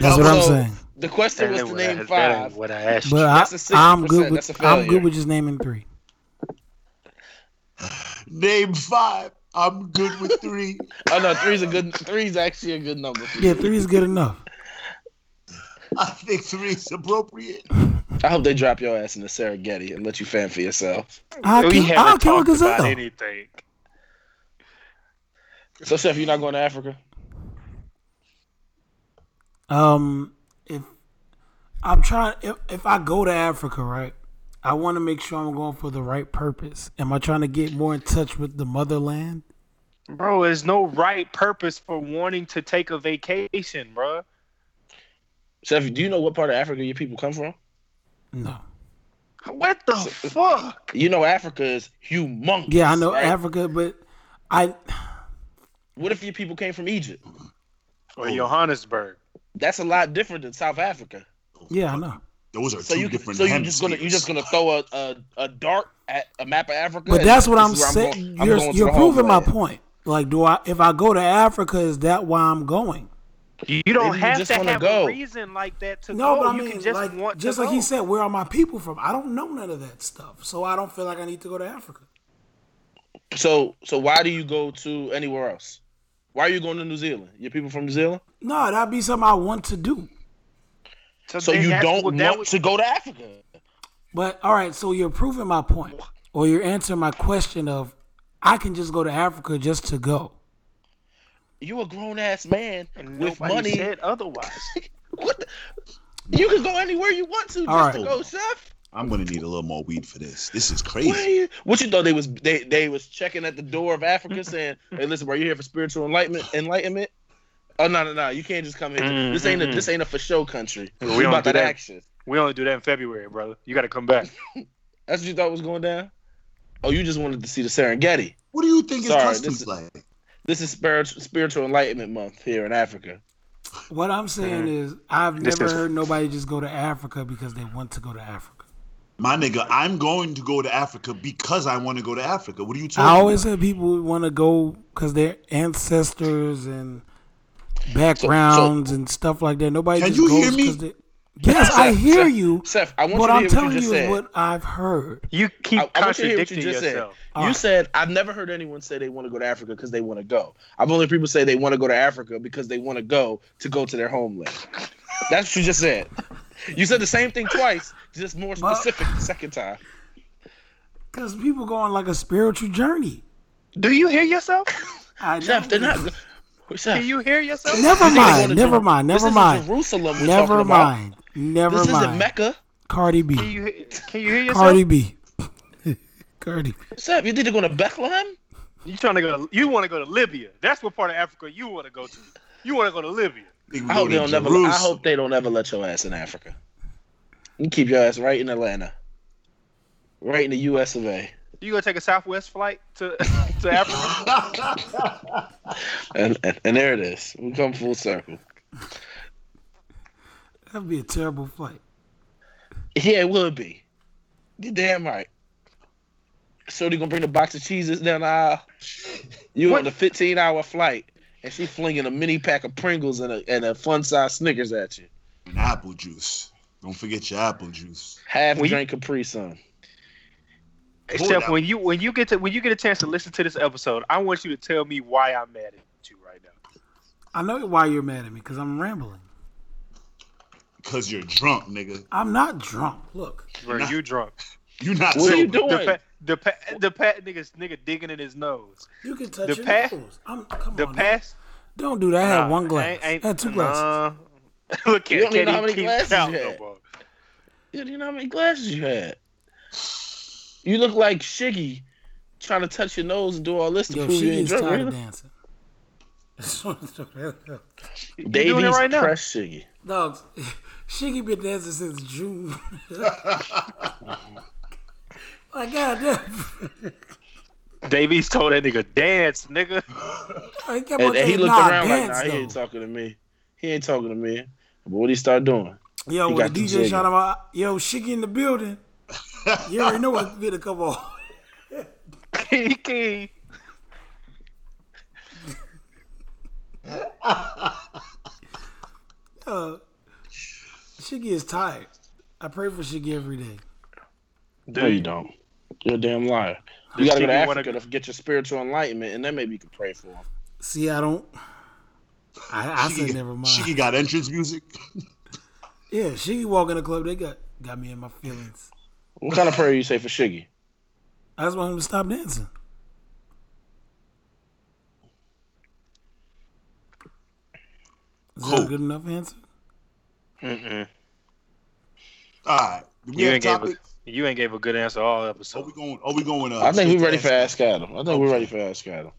That's Now, what I'm So, saying. The question was ain't to what I- name that ain't five. what I asked. you. But That's a 60%, I, I'm good that's with. a I'm good failure. with just naming three. Name five. I'm good with three. Oh no, three's a good. Three's actually a good number. For you. Yeah, three is good enough. I think three's appropriate. I hope they drop your ass in the Serengeti and let you fan for yourself. I'll we kill, haven't I'll kill a talked about gazelle. anything. So, Seth, you're not going to Africa? Um, if I'm trying, if, if I go to Africa, right, I want to make sure I'm going for the right purpose. Am I trying to get more in touch with the motherland? Bro, there's no right purpose for wanting to take a vacation, bro. Seth, do you know what part of Africa your people come from? No. What the fuck? You know Africa is humongous. Yeah, I know right? Africa, but I What if your people came from Egypt? Or Johannesburg. That's a lot different than South Africa. yeah, I know. Those are So two you different. so you're just gonna you're just hemispheres. gonna throw a, a, a dart at a map of Africa. But and that's what this I'm is where saying. going- I'm You're going to you're the proving my homeland. point. Like, do I if I go to Africa, is that why I'm going? You don't Maybe you have just to wanna have go. a reason like that to No, go. Oh, but I you mean, can just like, want just to like go. he said, where are my people from? I don't know none of that stuff, so I don't feel like I need to go to Africa. So so why do you go to anywhere else? Why are you going to New Zealand? Your people from New Zealand? No, that'd be something I want to do. So then you that's don't what- that want was- to go to Africa? But all right, so you're proving my point, or you're answering my question of, I can just go to Africa just to go. You a grown ass man And with nobody money. said otherwise. What? The, you can go anywhere you want to just All to right. go, chef. I'm gonna need a little more weed for this. This is Where crazy. you, what you thought they was they they was checking at the door of Africa saying, "Hey, listen, bro, you here for spiritual enlightenment? Enlightenment? Oh no, no, no! You can't just come here. Mm, this ain't a, mm, this ain't a for show country. We We don't about do that that. action. We only do that in February, brother. You got to come back. That's what you thought was going down. Oh, you just wanted to see the Serengeti. What do you think his Sorry, customs this is- like? This is spiritual spiritual enlightenment month here in Africa. What I'm saying Mm-hmm. is, I've This never is- heard nobody just go to Africa because they want to go to Africa. My nigga, I'm going to go to Africa because I want to go to Africa. What are you talking I always about? hear people want to go because their ancestors and backgrounds backgrounds and stuff like that. Nobody Can just just you goes hear goes me? 'cause they. Yes, I Seth, hear Seth, you. Seth, I want What you to I'm hear what telling you just you is said. what I've heard. You keep I, I want you to hear what contradicting you just yourself. said. All You right. said I've never heard anyone say they want to go to Africa because they want to go. I've only heard people say they want to go to Africa because they want to go to go to their homeland. That's what you just said. You said the same thing twice, just more Well- specific the second time. Because people go on like a spiritual journey. Do you hear yourself? I Chef, they're not. Do Chef, you hear yourself? Never this ain't going mind. to Never Jer- mind. this Never isn't mind. Jerusalem. We're Never talking about. mind. Never This mind. isn't Mecca. Cardi B. Can you, he- can you hear yourself? Cardi B. Cardi. B. Chef, you think they're going to Bethlehem? You trying to go? You want to go to Libya? That's what part of Africa you want to go to. You want to go to Libya? Nigga, I go hope they to don't never. I Jerusalem. hope they don't ever let your ass in Africa. You keep your ass right in Atlanta, right in the U.S. of A. You gonna take a Southwest flight to to Africa? And, and and there it is. We come full circle. That'd be a terrible fight. Yeah, it would be. You're damn right. So they gonna bring the box of cheeses down the aisle. You on a 15 hour flight, and she flinging a mini pack of Pringles and a and a fun size Snickers at you. And apple juice. Don't forget your apple juice. Half Well, you- drink Capri Sun. Except when you when you get to when you get a chance to listen to this episode, I want you to tell me why I'm mad at you right now. I know why you're mad at me because I'm rambling. Cause you're drunk, nigga. I'm not drunk. Look. Bro, you drunk. You're not What are you sober. doing? The pat the pa- the pat niggas nigga digging in his nose. You can touch The your pa- nose. I'm, come The on. past Don't do that. I had Nah, one glass. ain't- ain't- I had two glasses. nah. Look at You don't can't even know how even many keep glasses count you no had. more. Yeah, do you know how many glasses you had? You look like Shiggy trying to touch your nose and do all this to Yo, prove you she ain't is drunk. tired of Really? dancing. That's what- that's what- You doing it Davies right now? press Shiggy. Dogs, Shiggy been dancing since June. like goddamn, Davies told that nigga dance, nigga. like, come on, And, and he say, looked nah, around dance, like, nah, he ain't though. talking to me. He ain't talking to me. But what he start doing? Yo, He when got the the DJ jigger. shot him out, yo, Shiggy in the building. You already know what video come on. Kiki. Uh, Shiggy is tired. I pray for Shiggy every day. No, you don't. You're a damn liar. You Does gotta go to Shiggy wanna- Africa to get your spiritual enlightenment, and then maybe you can pray for him. See, I don't. I, I said Shiggy- never mind. Shiggy got entrance music. Yeah, Shiggy walk in the club. They got got me in my feelings. What kind of prayer you say for Shiggy? I just want him to stop dancing. Is that Cool. a good enough answer? Mm-mm. All right. Do we You have ain't gave a, topics? you ain't gave a good answer all Are we episode. going? Are we going? Uh, I think straight we're ready to for Ask Adam. I think we're ready for Ask Adam.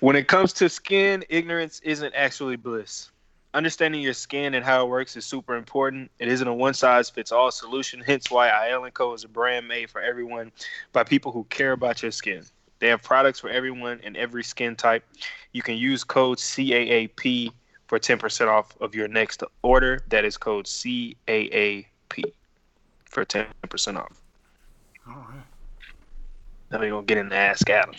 When it comes to skin, ignorance isn't actually bliss. Understanding your skin and how it works is super important. It isn't a one size fits all solution, hence why IL Co is a brand made for everyone by people who care about your skin. They have products for everyone and every skin type. You can use code CAAP for 10% off of your next order. That is code CAAP for 10% off. All right. Then we're going to get into Ask Adam.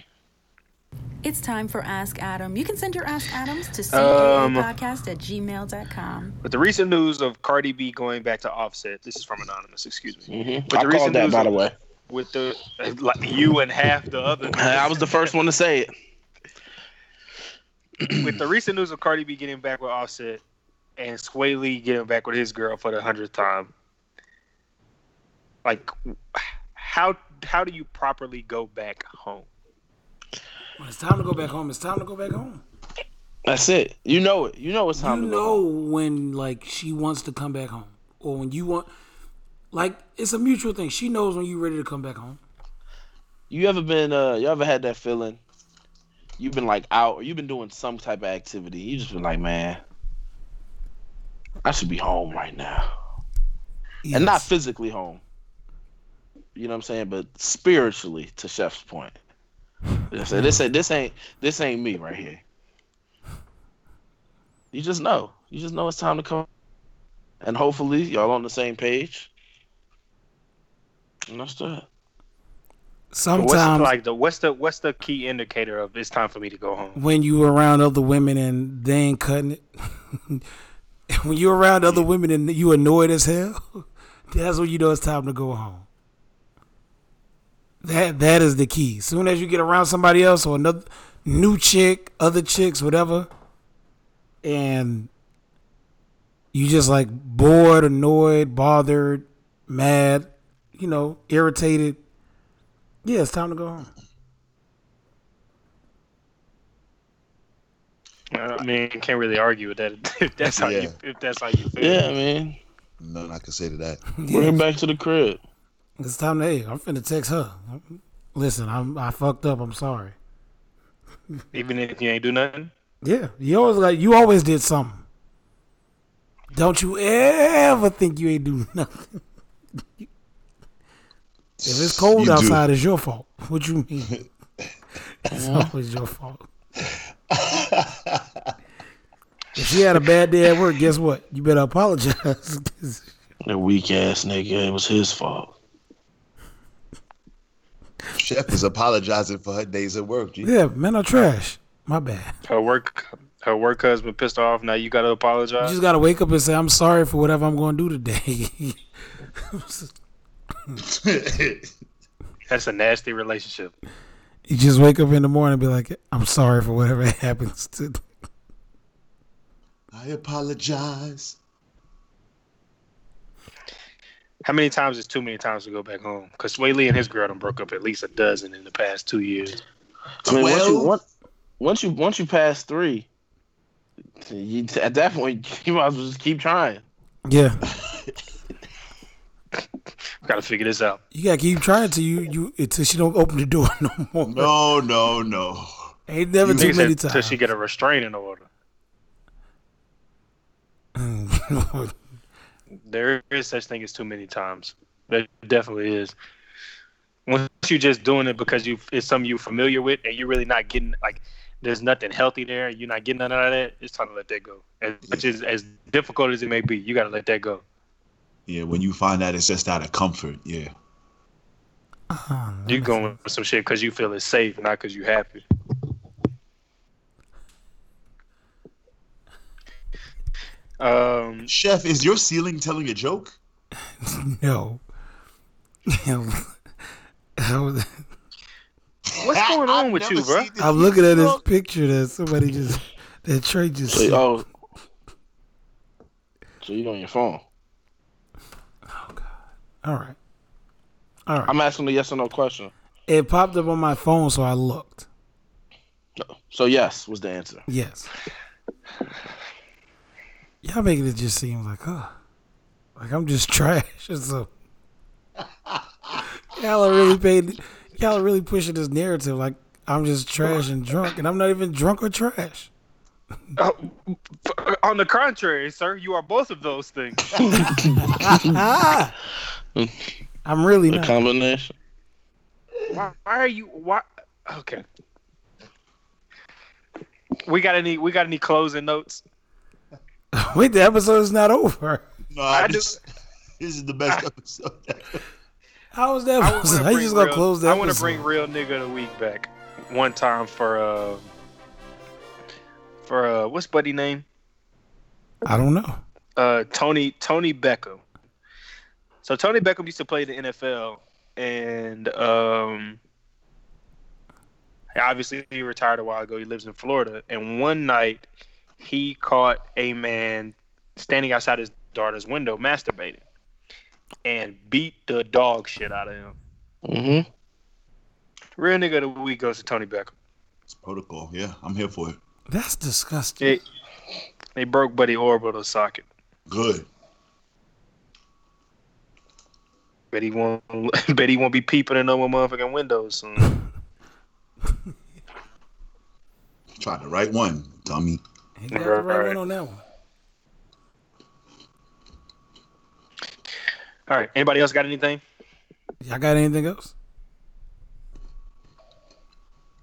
It's time for Ask Adam. You can send your Ask Adams to Um, podcast at gmail.com. With the recent news of Cardi B going back to Offset, this is from Anonymous, excuse me. Mm-hmm. But the I reason called that, news- by the way. With the like you and half the other, I was the first one to say it. with the recent news of Cardi B getting back with Offset and Sway Lee getting back with his girl for the hundredth time. Like, how how do you properly go back home? When it's time to go back home, it's time to go back home. That's it. You know it. You know it's time you to know go. when like she wants to come back home, or when you want, like it's a mutual thing. She knows when you're ready to come back home. You ever been? uh You ever had that feeling? You've been like out, or you've been doing some type of activity. You just been like, man, I should be home right now, and not physically home. You know what I'm saying? But spiritually, to Chef's point, you know what I'm saying? this ain't this ain't this ain't me right here. You just know. You just know it's time to come, and hopefully y'all on the same page. And that's that. What's the, Sometimes like the what's the what's the key indicator of it's time for me to go home? when you around other women and they ain't cutting it, when you're around other women and you annoyed as hell, that's when you know it's time to go home. That that is the key. Soon as you get around somebody else or another new chick, other chicks, whatever, and you just like bored, annoyed, bothered, mad, you know, irritated. Yeah, it's time to go home. I mean, you can't really argue with that. If that's how Yeah. you if that's how you feel. Yeah, man. Nothing I can say to that. Bring him back to the crib. It's time to. Hey, I'm finna text her. Listen, I'm I fucked up. I'm sorry. Even if you ain't do nothing. Yeah, you always like you always did something. Don't you ever think you ain't do nothing. If it's cold You do. outside, it's your fault. What you mean? it's always your fault. if she had a bad day at work, guess what? You better apologize. 'Cause That weak ass nigga. It was his fault. Chef is apologizing for her days at work. G. yeah, men are trash. My bad. Her work her work husband pissed her off. Now you gotta You apologize. just gotta wake up and say, "I'm sorry for whatever I'm going to do today." That's a nasty relationship. You just wake up in the morning and be like, I'm sorry for whatever happens to I apologize. How many times is too many times to go back home? Because Sway Lee and his girl done broke up at least a dozen in the past two years. I mean, once you Twelve? once, once you once you pass three, you, at that point you might as well just keep trying. Yeah. Gotta figure this out. You gotta keep trying till you you until she don't open the door no more. No, no, no. Ain't never too Nigga said many Until times. she get a restraining order. There is such thing as too many times. There definitely is. Once you just doing it because you it's something you're familiar with and you're really not getting like there's nothing healthy there. You're not getting none of that. It's time to let that go. As much as as difficult as it may be, you gotta let that go. Yeah, when you find that it's just out of comfort. Yeah. You going with some shit because you feel it's safe, not because you happy. Um, Chef, is your ceiling telling a joke? no. I was- what's going I've on with never you, bro? seen this I'm looking at this joke. picture that somebody just that Trey just So, sent. oh, so you on your phone? All right. I'm asking a yes or no question. It popped up on my phone, so I looked. So yes was the answer. Yes. Y'all making it just seem like, oh, like I'm just trash. It's a, y'all are really paid. Y'all are really pushing this narrative like I'm just trash and drunk, and I'm not even drunk or trash. Uh, f- on the contrary, sir, you are both of those things. Ah, I'm really The not. combination. Why, why are you? Why? Okay. We got any? We got any closing notes? Wait, the episode is not over. No, I Ah. this, this is the best episode. ever. How is that? I How wanna you bring just gonna real- close that? I want to bring real nigga of the week back one time for uh for uh what's buddy name I don't know. uh Tony Tony Beckham. So Tony Beckham used to play the NFL, and um, obviously he retired a while ago. He lives in Florida, and one night he caught a man standing outside his daughter's window masturbating, and beat the dog shit out of him. Mm-hmm. Real nigga of the week goes to Tony Beckham. It's protocol. Yeah, I'm here for it. That's disgusting. It, they broke Buddy Orbital socket, Good. but he won't. But he won't be peeping in no more motherfucking windows soon. Try the right one, dummy. He got the right Right. one on that one. All right. Anybody else got anything? Y'all got anything else?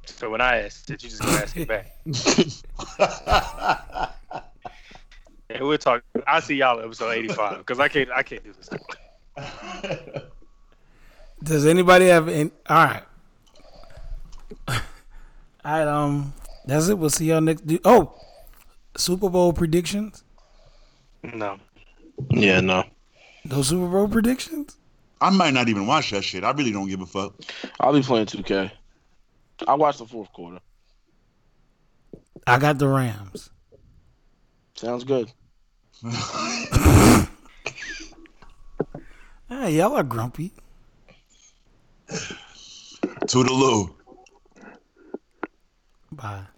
So when I asked it, you just gonna ask it back. and we'll talk. I'll see y'all at episode eighty-five because I can't. I can't do this. Does anybody have any? All right. All right. Um, that's it. We'll see y'all next. do- Oh, Super Bowl predictions. No. Yeah, no. No Super Bowl predictions. I might not even watch that shit. I really don't give a fuck. I'll be playing 2K. I watched the fourth quarter. I got the Rams. Sounds good. Hey, Ah, y'all are grumpy. Toodaloo. Bye.